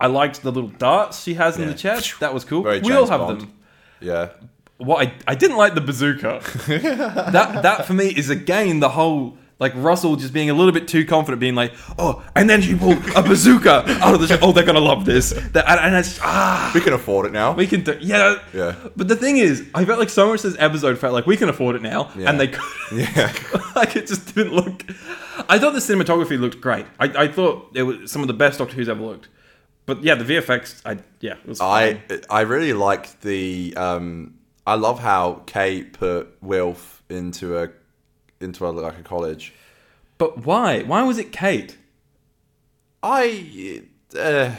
I liked the little darts she has in
Yeah.
the chest. That was cool.
Very
we all
James
have
Bond.
them.
Yeah.
What I, I didn't like the bazooka. that that for me is again the whole like Russell just being a little bit too confident, being like, oh, and then she pulled a bazooka out of the. Sh- oh, they're gonna love this. That, and, and it's ah,
We can afford it now.
we can do yeah.
Yeah.
But the thing is, I felt like so much of this episode felt like we can afford it now,
Yeah.
and they could.
yeah.
like it just didn't look. I thought the cinematography looked great. I, I thought it was some of the best Doctor Who's ever looked. But yeah, the VFX, I yeah, it was
I I really like the um I love how Kay put Wilf into a into a like a college.
But why? Why was it Kate?
I uh,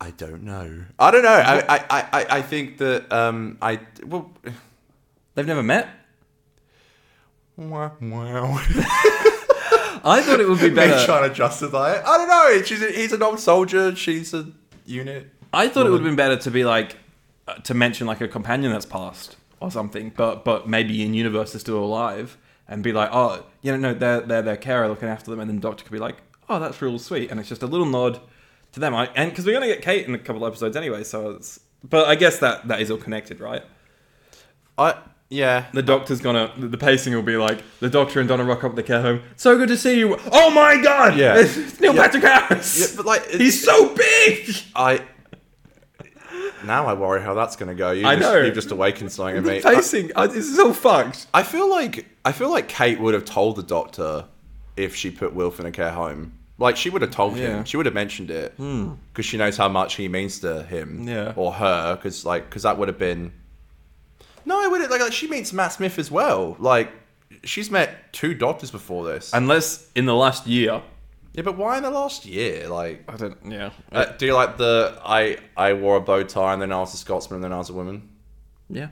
I don't know. I don't know. I I, I, I- I think that um I well
They've never met.
wow wow.
I thought it would be
They're
better.
trying to justify it. I don't know. She's a, he's an old soldier. She's a unit.
I thought it would have been better to be like uh, to mention like a companion that's passed or something, but but maybe in universe they're still alive and be like, oh, you know, no, they're they're their carer looking after them, and then Doctor could be like, oh, that's real sweet, and it's just a little nod to them. I, and because we're gonna get Kate in a couple episodes anyway, so it's. But I guess that that is all connected, right?
I yeah.
The doctor's gonna. the- The pacing will be like the doctor and Donna rock up at the care home. So good to see you. Oh my god!
Yeah.
it's Neil
Yeah.
Patrick Harris.
Yeah, but like
he's so big.
I now I worry how that's going to go. You
I
just,
know.
You've just awakened something in
The
me. I-
pacing. I, this is all fucked.
I feel like I feel like Kate would have told the doctor if she put Wilf in a care home. Like she would have told
Yeah. Hmm.
him. She would have mentioned it because she knows how much he means to him
Yeah.
or her. Because like because that would have been. No, it would have like, like she meets Matt Smith as well. Like she's met two doctors before this.
Unless in the last year,
yeah, but why in the last year? Like,
I don't. Yeah.
uh, do you like the I I wore a bow tie and then I was a Scotsman and then I was a woman?
yeah.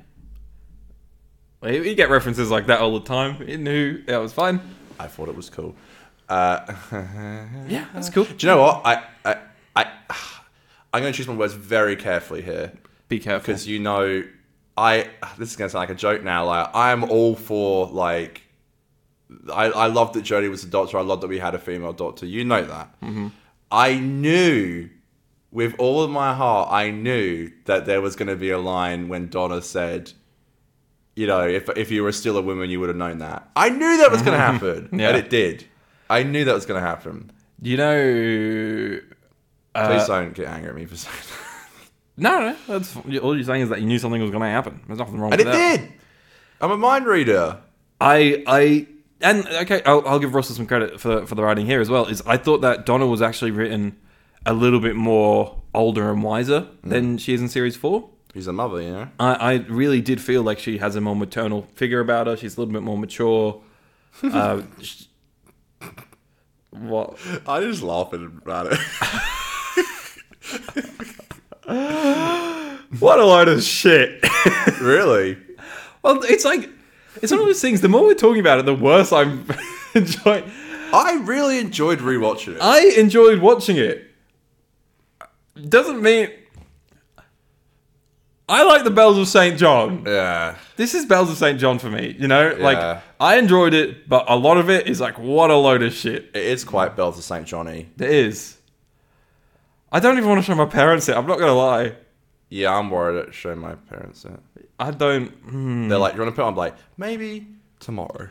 Well, you you get references like that all the time. In who? That was fine.
I thought it was cool. Uh,
Yeah, that's cool.
Do you know what? I, I, I, I'm going to choose my words very carefully here
Be careful.
because you know, I. This is going to sound like a joke now. Like I am all for like. I, I loved that Jodie was a doctor. I loved that we had a female doctor. You know that. I knew, with all of my heart, I knew that there was going to be a line when Donna said, "You know, if if you were still a woman, you would have known that." I knew that was going to happen,
Yeah.
and it did. I knew that was going to happen.
You know.
Please
Uh,
don't get angry at me for saying that.
no, no, that's all you're saying is that you knew something was going to happen. There's nothing wrong
And
with
it
that.
did. I'm a mind reader.
I I and okay, I'll, I'll give Russell some credit for for the writing here as well. Is I thought that Donna was actually written a little bit more older and wiser than she is in series four.
He's a mother, you know.
I, I really did feel like she has a more maternal figure about her. She's a little bit more mature. Uh, sh- what?
I just laughing about it.
What a load of shit.
really?
well, it's like, it's one of those things, the more we're talking about it, the worse I'm enjoying.
I really enjoyed rewatching it.
I enjoyed watching it. Doesn't mean. I like the Bells of St. John.
Yeah.
This is Bells of St. John for me, you know?
Yeah.
Like, I enjoyed it, but a lot of it is like, what a load of shit.
It is quite Bells of St. Johnny.
It is. I don't even want to show my parents it. I'm not gonna lie.
Yeah, I'm worried at showing my parents it.
I don't. hmm.
They're like, "Do you want to put?" It? on?" I'm like, "Maybe tomorrow."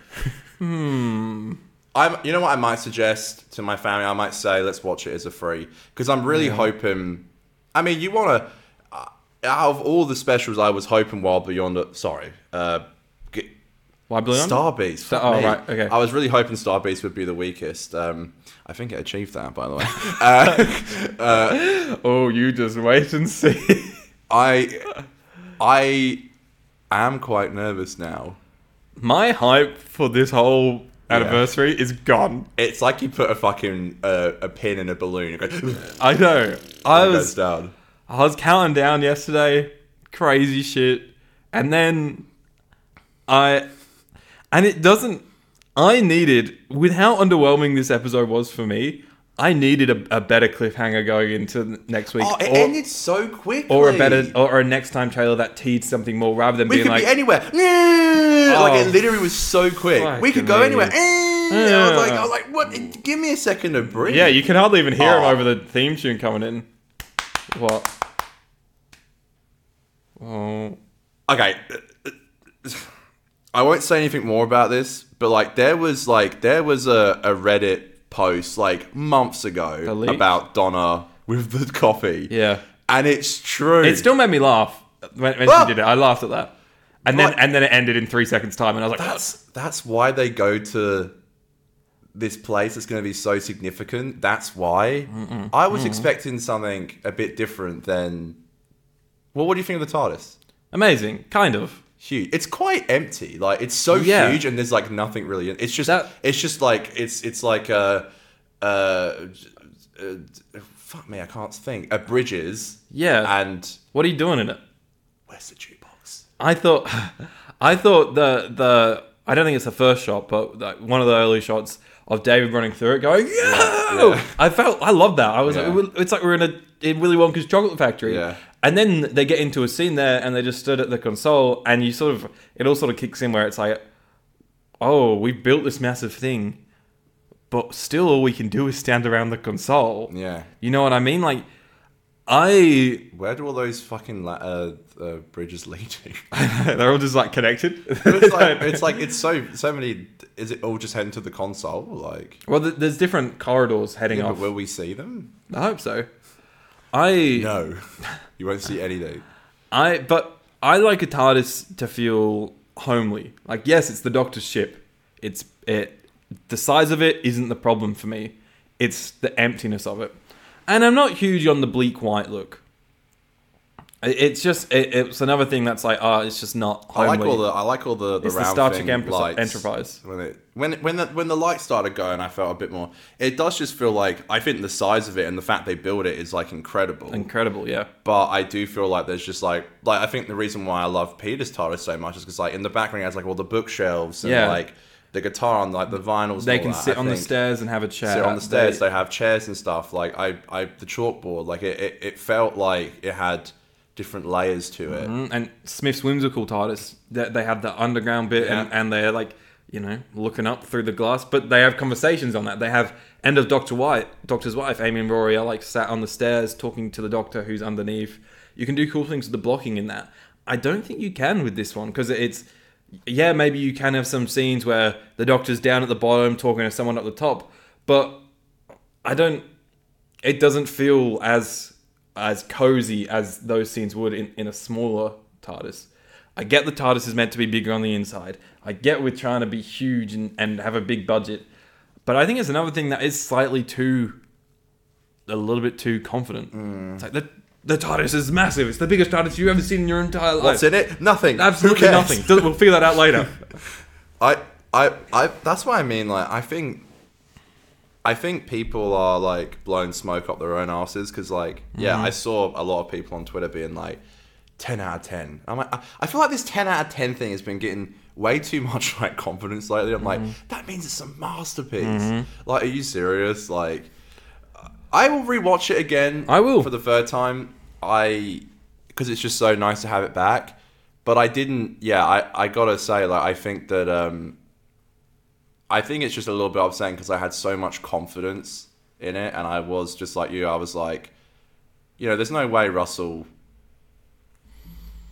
hmm.
Hmm.
I'm. You know what? I might suggest to my family. I might say, "Let's watch it as a free," because I'm really hoping. I mean, you want to. Out of all the specials, I was hoping Wild Beyond. Sorry, uh, g-
Why blue? on?
Star Beast. fuck
oh,
me.
right, okay.
I was really hoping Star Beast would be the weakest. Um, I think it achieved that, by the way. uh,
Oh, you just wait and see.
I, I am quite nervous now.
my hype for this whole anniversary is gone.
It's like you put a fucking uh, a pin in a balloon. It goes,
I know. I
it
was
goes down.
I was counting down yesterday, crazy shit, and then I, and it doesn't. I needed with how underwhelming this episode was for me. I needed a, a better cliffhanger going into next week,
Oh, it
or-
ended so quickly.
or a better or a next time trailer that teed something more rather than
We
being
could
like
be anywhere. Oh, like it literally was so quick. We could go
Fucking
anywhere.
hell.
And I was like,
Yeah.
I was like, what? Give me a second to breathe.
yeah you can hardly even hear him
Oh.
over the theme tune coming in what oh
okay i won't say anything more about this but like there was like there was a, a reddit post like months ago
leak?
about donna with the coffee
yeah
and it's true
it still made me laugh when, when
Ah!
she did it I laughed at that and
Right.
then and then it ended in three seconds time and I was like
that's that's why they go to this place that's going to be so significant that's why i was expecting something a bit different than well what do you think of the tardis
amazing kind of
huge. It's quite empty. Like it's so
Yeah.
huge, and there's like nothing really. in- It's just
That-
it's just like it's it's like a uh, uh, fuck me, I can't think. A bridges
yeah
and
what are you doing in it
where's the jukebox?
I thought, I thought the the I don't think it's the first shot, but like one of the early shots of David running through it, going, "Yo!"
yeah.
I felt I love that. I was
Yeah.
like, it's like we're in a in Willy Wonka's chocolate factory.
Yeah.
And then they get into a scene there, and they just stood at the console, and you sort of it all sort of kicks in where it's like, oh, we built this massive thing, but still all we can do is stand around the console.
Yeah,
You know what I mean? Like, I
where do all those fucking la- uh, uh, bridges lead to?
they're all just like connected.
it's like it's like it's so so many. Is it all just heading to the console? Like,
Well, th- there's different corridors heading
but
off.
will we see them?
I hope so. I
No, you won't see anything.
I but I like a TARDIS to feel homely. Like yes, it's the Doctor's ship. It's it the size of it isn't the problem for me. It's the emptiness of it. And I'm not huge on the bleak white look. It- It's just it, it's another thing that's like oh it's just not
I
homely.
like all the I like all the the
It's the
round
Star Trek
thing
Empress-
lights.
Enterprise.
when it when when the when the lights started going, I felt a bit more. It does just feel like I think the size of it and the fact they build it is like incredible.
Incredible, yeah.
but I do feel like there's just like like I think the reason why I love Peter's TARDIS so much is because like in the background has like all the bookshelves and
Yeah.
like the guitar and like the vinyls. and
They
all
can
that,
sit
I
on the
think.
stairs and have a chat.
Sit on the stairs.
They-
They have chairs and stuff. Like I I the chalkboard. Like it it, it felt like it had different layers to it.
Mm, and Smith's whimsical TARDIS, they, they have the underground bit, and,
Yeah.
and they're like, you know, looking up through the glass. But they have conversations on that. They have end of Doctor White, Doctor's wife, Amy and Rory are like sat on the stairs talking to the Doctor who's underneath. You can do cool things with the blocking in that. I don't think you can with this one because it's, yeah, maybe you can have some scenes where the Doctor's down at the bottom talking to someone at the top, but I don't. It doesn't feel as as cozy as those scenes would in, in a smaller TARDIS. I get the TARDIS is meant to be bigger on the inside. I get we're trying to be huge and, and have a big budget, but I think it's another thing that is slightly too, a little bit too confident. It's like the the TARDIS is massive. It's the biggest TARDIS you've ever seen in your entire life.
What's in it? Nothing. Who
Absolutely
cares?
nothing. Doesn't- We'll figure that out later.
I, I, I. That's what I mean. Like, I think, I think people are
Mm.
like blowing smoke up their own asses because, like, yeah, I saw a lot of people on Twitter being like, 10 out of 10. I'm like, I- I feel like this 10 out of 10 thing has been getting way too much like confidence lately. I'm
Mm-hmm.
like, that means it's a masterpiece. Like, are you serious? Like, I will rewatch it again.
I will.
for the third time. I because it's just so nice to have it back. But I didn't. Yeah, I I gotta say, like, I think that um, I think it's just a little bit upsetting because I had so much confidence in it, and I was just like you. I was like, you know, there's no way Russell.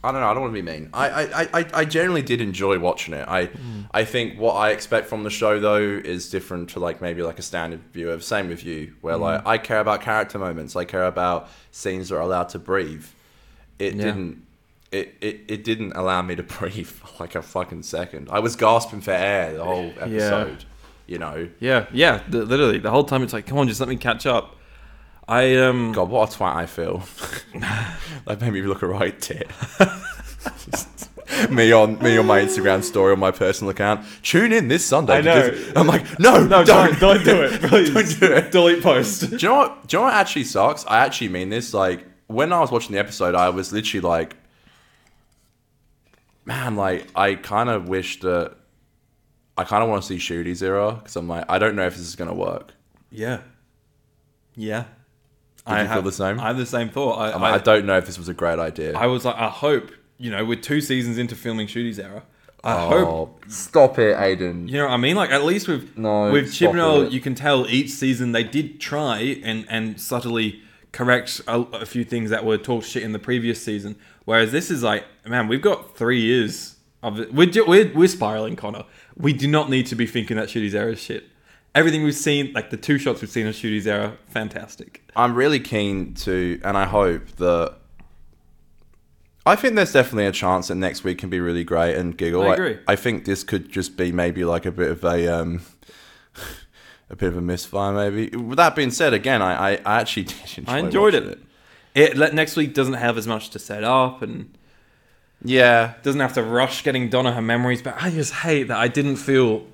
I don't know. I don't want to be mean. I I, I- I, I generally did enjoy watching it. I I think what I expect from the show though is different to like maybe like a standard viewer. Same with you, where like I care about character moments. I care about scenes that are allowed to breathe. It
Yeah.
didn't. It, it, it didn't allow me to breathe for like a fucking second. I was gasping for air the whole episode. You know,
Yeah, yeah. th- literally, the whole time it's like, come on, just let me catch up. I um,
God, what a twat I feel. that made me look a right tit. me on me on my Instagram story on my personal account. Tune in this Sunday.
I know.
because- I'm like, no,
no, don't, don't
don't.
do it, please.
Don't do it.
Delete post.
Do you know what? Do you know what actually sucks? I actually mean this. Like when I was watching the episode, I was literally like, man, like I kind of wish that I kind of want to see Shooty Zero because I'm like, I don't know if this is gonna work.
Yeah, yeah.
you feel the same?
I have the same thought. I,
I'm
I,
like, I, don't know if this was a great idea.
I was like, I hope you know, we're two seasons into filming Shooty's era. I hope
Oh, stop it, Aiden.
You know what I mean? Like at least with
No,
with
stop
Chibnall,
it.
you can tell each season they did try and and subtly correct a, a few things that were talked shit in the previous season. Whereas this is like, man, we've got three years of it. We're ju- we're, we're spiraling, Connor. We do not need to be thinking that Shooty's era is shit. Everything we've seen, like the two shots we've seen of Shooty's era, fantastic.
I'm really keen to, and I hope that. I think there's definitely a chance that next week can be really great and giggle.
I agree.
I, think this could just be maybe like a bit of a um, a bit of a misfire. Maybe. With that being said, again, I, I, I actually did enjoy
I enjoyed
watching
it. It le- next week doesn't have as much to set up and
Yeah,
doesn't have to rush getting Donna her memories back. I just hate that I didn't feel.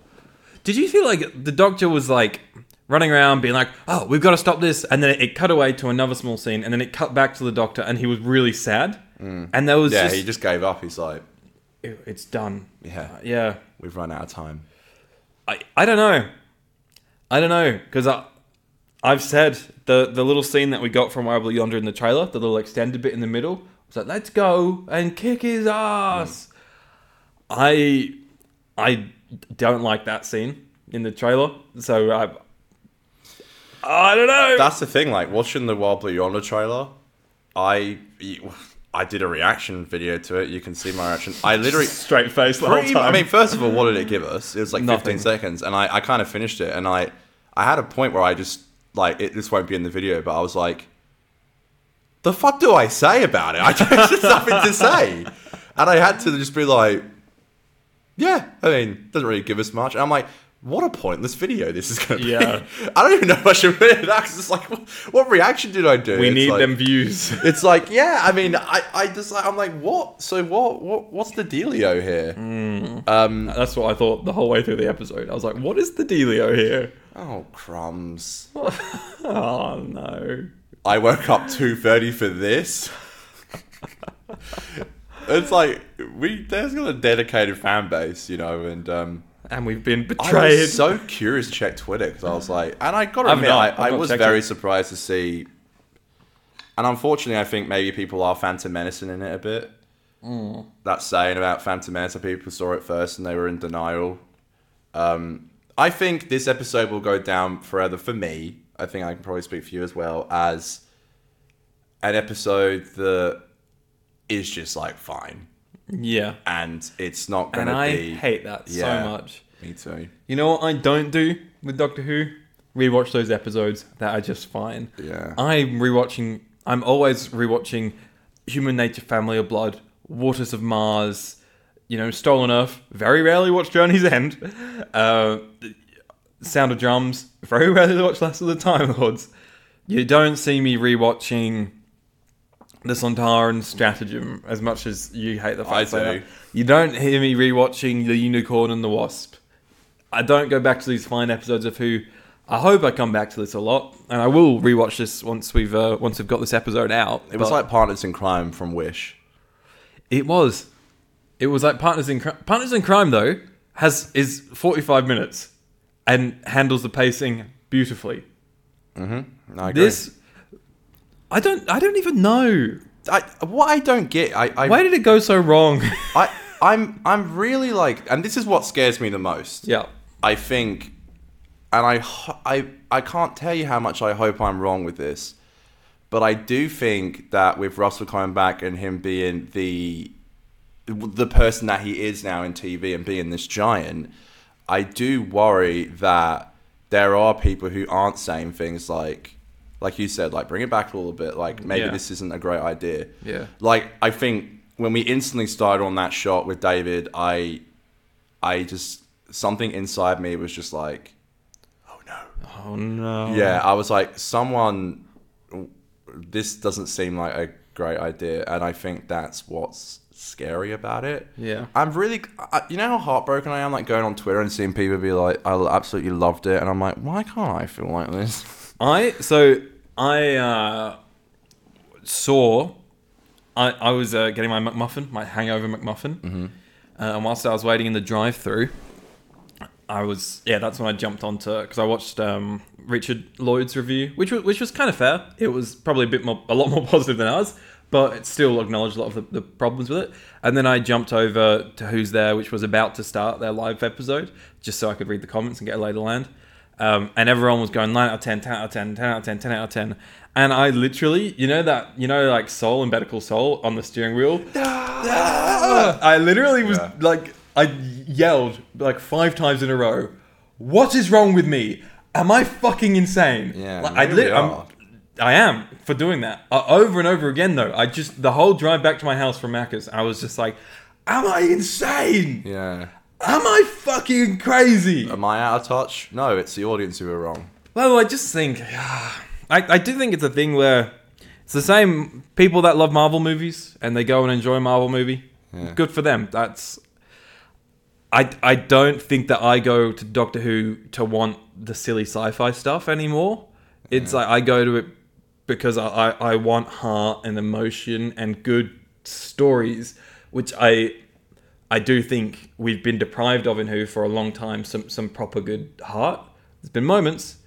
Did you feel like the doctor was like running around being like, "Oh, we've got to stop this," and then it cut away to another small scene, and then it cut back to the doctor, and he was really sad, and there was
Mm. yeah.
just,
he just gave up. He's like,
"Ew, it's done.
yeah,
Yeah,
we've run out of time.
I I don't know, I don't know because I. I've said the the little scene that we got from Wild Yonder in the trailer, the little extended bit in the middle, was like, let's go and kick his ass. I I don't like that scene in the trailer, so I I don't know.
That's the thing. Like watching the Wild Blue Yonder trailer, I I did a reaction video to it. You can see my reaction. I literally
straight face the
Pretty- I mean, first of all, what did it give us? It was like
Nothing.
15 seconds, and I, I kind of finished it, and I I had a point where I just like it, this won't be in the video, but I was like, the fuck do I say about it? I there's just nothing to say, and I had to just be like, yeah, I mean, doesn't really give us much. And I'm like. What a pointless video this is going to be.
Yeah.
I don't even know if I should put it out because it's like, what, what reaction did I do?
we
It's
need
like-
them views.
it's like, yeah, I mean, I, I just, like, I'm like, what? So what? What? What's the dealio here? Um,
That's what I thought the whole way through the episode. I was like, what is the dealio here?
oh crumbs!
oh no.
I woke up two thirty for this. it's like we there's got a dedicated fan base, you know, and um,
And we've been
I
betrayed.
was so curious to check Twitter because I was like, and I got to
I've
admit,
not- I've
I, I
not
was
checked
very
it.
surprised to see. And unfortunately, I think maybe people are Phantom Menacing in it a bit.
Mm.
That saying about Phantom Menace, people saw it first and they were in denial. Um, I think this episode will go down forever for me. I think I can probably speak for you as well as an episode that is just like fine,
yeah.
and it's not
And
gonna
I
be.
hate that
Yeah.
so much.
Me too.
You know what I don't do with Doctor Who? Rewatch those episodes that are just fine.
Yeah.
I'm rewatching. I'm always rewatching Human Nature, Family of Blood, Waters of Mars. You know, Stolen Earth. Very rarely watch Journey's End. Uh, Sound of Drums. Very rarely watch Last of the Time Lords. You don't see me rewatching the Sontaran Stratagem as much as you hate the
I
fact that
do.
you don't hear me rewatching the Unicorn and the Wasp. I don't go back to these fine episodes of Who. I hope I come back to this a lot, and I will rewatch this once we've uh, once we've got this episode out.
It was
but-
like Partners in Crime from Wish.
It was. It was like Partners in Crime. Partners in Crime though has is 45 minutes and handles the pacing beautifully.
I agree.
This I don't I don't even know.
I, what I don't get, I, I,
Why did it go so wrong?
I, I'm, I'm really like, and this is what scares me the most.
yeah.
I think, and I, ho- I, I can't tell you how much I hope I'm wrong with this, but I do think that with Russell coming back and him being the the person that he is now in TV and being this giant, I do worry that there are people who aren't saying things like, like you said, like bring it back a little bit, like maybe
Yeah.
this isn't a great idea.
Yeah.
Like I think when we instantly started on that shot with David, I I just something inside me was just like, oh no.
Oh no.
Yeah, I was like, someone, this doesn't seem like a great idea, and I think that's what's scary about it.
Yeah.
I'm really, I, you know how heartbroken I am, like going on Twitter and seeing people be like, I absolutely loved it, and I'm like, why can't I feel like this?
I so I uh, saw. I, I was uh, getting my McMuffin, my hangover McMuffin, mm-hmm. uh, and whilst I was waiting in the drive-through, I was yeah. That's when I jumped onto because I watched um, Richard Lloyd's review, which was, which was kind of fair. It was probably a bit more, a lot more positive than ours, but it still acknowledged a lot of the, the problems with it. And then I jumped over to Who's There, which was about to start their live episode, just so I could read the comments and get a lay of the land. Um, and everyone was going nine out of 10, 10 out of 10, 10 out of 10, 10 out of 10. And I literally, you know that, you know, like Soul and Better Call Soul on the steering wheel. I literally was
Yeah.
like, I yelled like five times in a row, "What is wrong with me? Am I fucking insane?"
Yeah,
like, I
you
lit.
really
I'm,
are.
I am for doing that uh, over and over again. Though I just the whole drive back to my house from Macca's, I was just like, "Am I insane?
Yeah.
Am I fucking crazy?"
Am I out of touch? No, it's the audience who are wrong.
Well, I just think, I, I do think it's a thing where it's the same people that love Marvel movies and they go and enjoy a Marvel movie.
Yeah.
Good for them. That's. I, I don't think that I go to Doctor Who to want the silly sci-fi stuff anymore. It's like I go to it because I, I, I want heart and emotion and good stories, which I I do think we've been deprived of in Who for a long time some some proper good heart. There's been moments,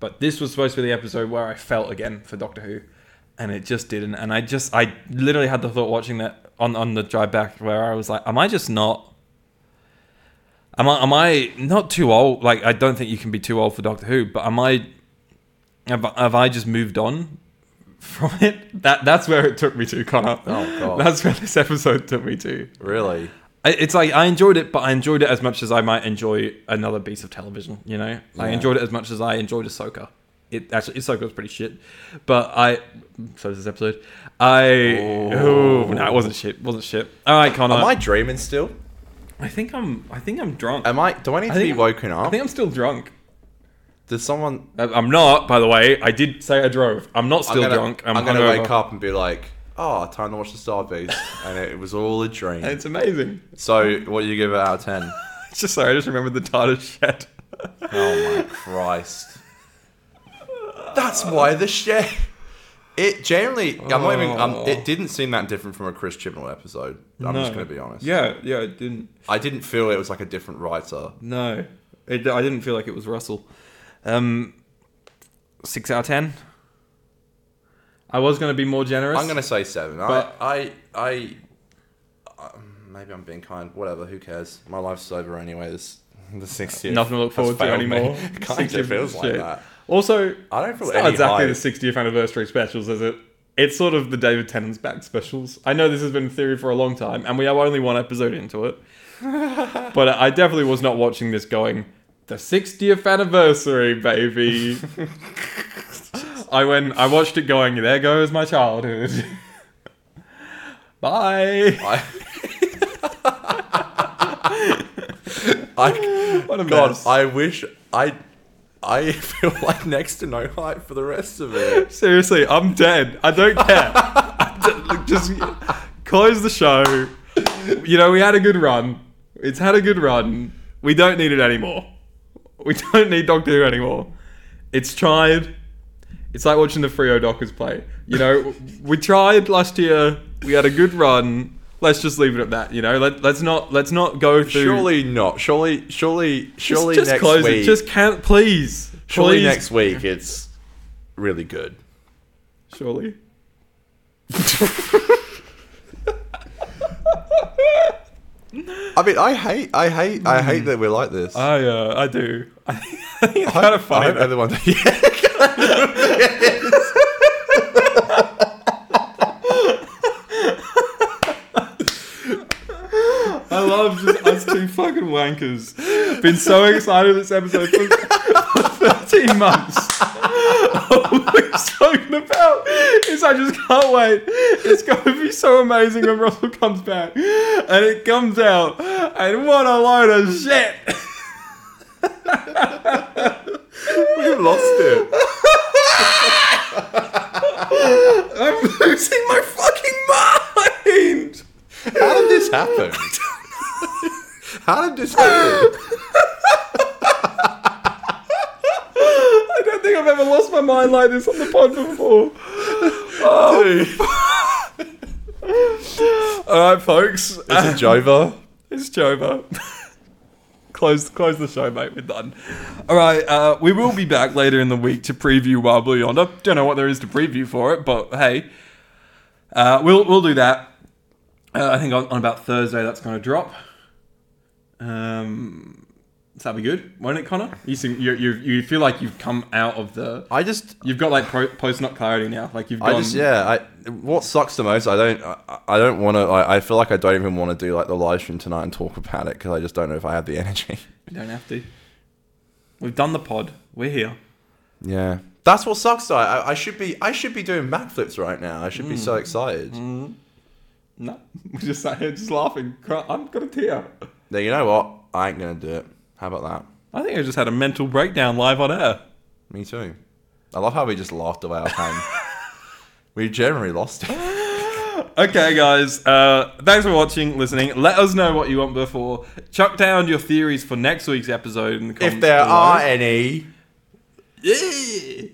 but this was supposed to be the episode where I felt again for Doctor Who, and it just didn't. And I just I literally had the thought watching that on on the drive back where I was like, am I just not? Am I am I not too old? Like I don't think you can be too old for Doctor Who, but am I? Have, have I just moved on from it? That that's where it took me to, Connor.
Oh, God.
That's where this episode took me to.
Really?
I- it's like I enjoyed it, but I enjoyed it as much as I might enjoy another piece of television. You know, I
Yeah.
enjoyed it as much as I enjoyed Ahsoka. It actually Ahsoka was pretty shit, but I so is this episode. I oh no, it wasn't shit. Wasn't shit. All right, Connor.
Am I
I,
dreaming still?
think I'm. I think I'm drunk.
Am I? Do I need to be
think-
woken up?
I think I'm still drunk.
Does someone?
I- I'm not, by the way. I did say I drove. I'm not still
I'm gonna,
drunk.
I'm,
I'm,
gonna
hungover.
wake up and be like, "Oh, time to watch the Starbase," and it was all a dream.
It's amazing.
So, what do you give it out of 10?
It's just sorry. I just remembered the Tata shed.
oh my Christ. That's why the shit. It generally, I'm not even, um, it didn't seem that different from a Chris Chibnall episode. I'm
Oh.
just
No.
going to be honest.
Yeah, yeah. It didn't.
I didn't feel it was like a different writer.
No, it, I didn't feel like it was Russell. Um, six out of ten. I was going to be more generous.
I'm going to say seven.
But-
I, I, I, um, maybe I'm being kind. Whatever. Who cares? My life's over anyway. This, the sixth year.
nothing to look
has
forward to
failed me.
anymore.
kind
60th
of feels like
shit.
that.
Also,
I don't feel
it's not
any
exactly
hype.
the 60th anniversary specials, is it? It's sort of the David Tennant's back specials. I know this has been theory for a long time, and we are only one episode into it. but I definitely was not watching this going, the 60th anniversary, baby. I went, I watched it going, there goes my childhood. Bye.
I, I
What a
God,
mess.
I wish I I feel like next to no hype for the rest of it.
Seriously, I'm dead. I don't care. I don't- look, just close the show. You know, we had a good run. It's had a good run. We don't need it anymore. We don't need Doctor Who anymore. It's tried. It's like watching the Frio Dockers play. You know, we tried last year. We had a good run. let's just leave it at that. You know, Let, let's not let's not go through.
Surely not. Surely, surely,
just,
surely
just
next
close
week.
it. Just can't please.
surely
please.
next week it's really good.
Surely.
I mean, I hate, I hate, Hmm. I hate that we're like this.
I uh, I do. I think it's kind of
I
funny.
hope
though.
everyone. Yeah.
I love just us two fucking wankers. Been so excited this episode for, for 13 months. All we're talking about is I just can't wait. It's going to be so amazing when Russell comes back. And it comes out. And what a load of shit.
We've lost it.
I'm losing my fucking mind.
How did this happen? How did this happen?
I don't think I've ever lost my mind like this on the pod before. All right, folks.
Is it Jova?
It's Jova. close, close the show, mate. We're done. All right, uh, we will be back later in the week to preview Wild Blue Yonder. Don't know what there is to preview for it, but hey, uh, we'll we'll do that. Uh, I think on, on about Thursday that's going to drop. Um, so that'll be good, won't it, Connor? You, seem, you, you you feel like you've come out of the.
I just,
You've got like pro, post not clarity now. Like you've
I
gone.
just, yeah. I what sucks the most, I don't, I, I don't want to. I, I feel like I don't even want to do like the live stream tonight and talk about it because I just don't know if I have the energy.
You don't have to. We've done the pod. We're here.
Yeah, that's what sucks. Though. I, I should be, I should be doing backflips right now. I should be so excited.
No, we just sat here just laughing. Cry- I've got a tear.
Now you know what? I ain't gonna do it. How about that?
I think I just had a mental breakdown live on air.
Me too. I love how we just laughed away our pain. we generally lost it.
Okay, guys, uh, thanks for watching, listening. Let us know what you want before. Chuck down your theories for next week's episode in the comments.
If there
below.
are any,
Yeah.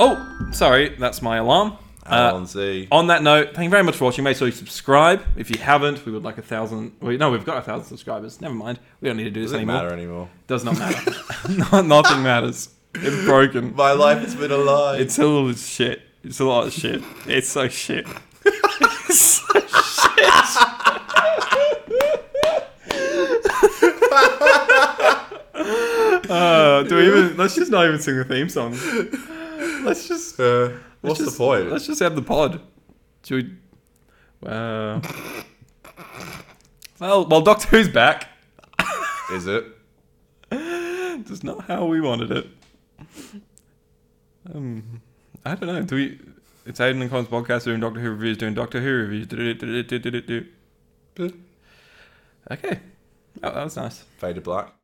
Oh, sorry, that's my alarm. Uh,
Alonzi.
on that note, thank you very much for watching. Make sure you subscribe. If you haven't, we would like a thousand. Wait, no, we've got a thousand subscribers. Never mind. We don't need to do this
doesn't
anymore.
matter anymore.
Does not matter. No- Nothing matters. It's broken.
My life has been a lie.
It's a little shit. It's a lot of shit. It's so shit. it's so shit. uh, do we even? Let's just not even sing the theme song. Let's just.
Uh, what's
just-
the point?
Let's just have the pod. Should we? Uh, well, well, Doctor Who's back.
Is it?
That's not how we wanted it. Um, I don't know. Do we? It's Aiden and Collins podcast doing Doctor Who reviews, doing Doctor Who reviews. Do-do-do-do-do-do-do. Okay, oh, that was nice.
Faded black.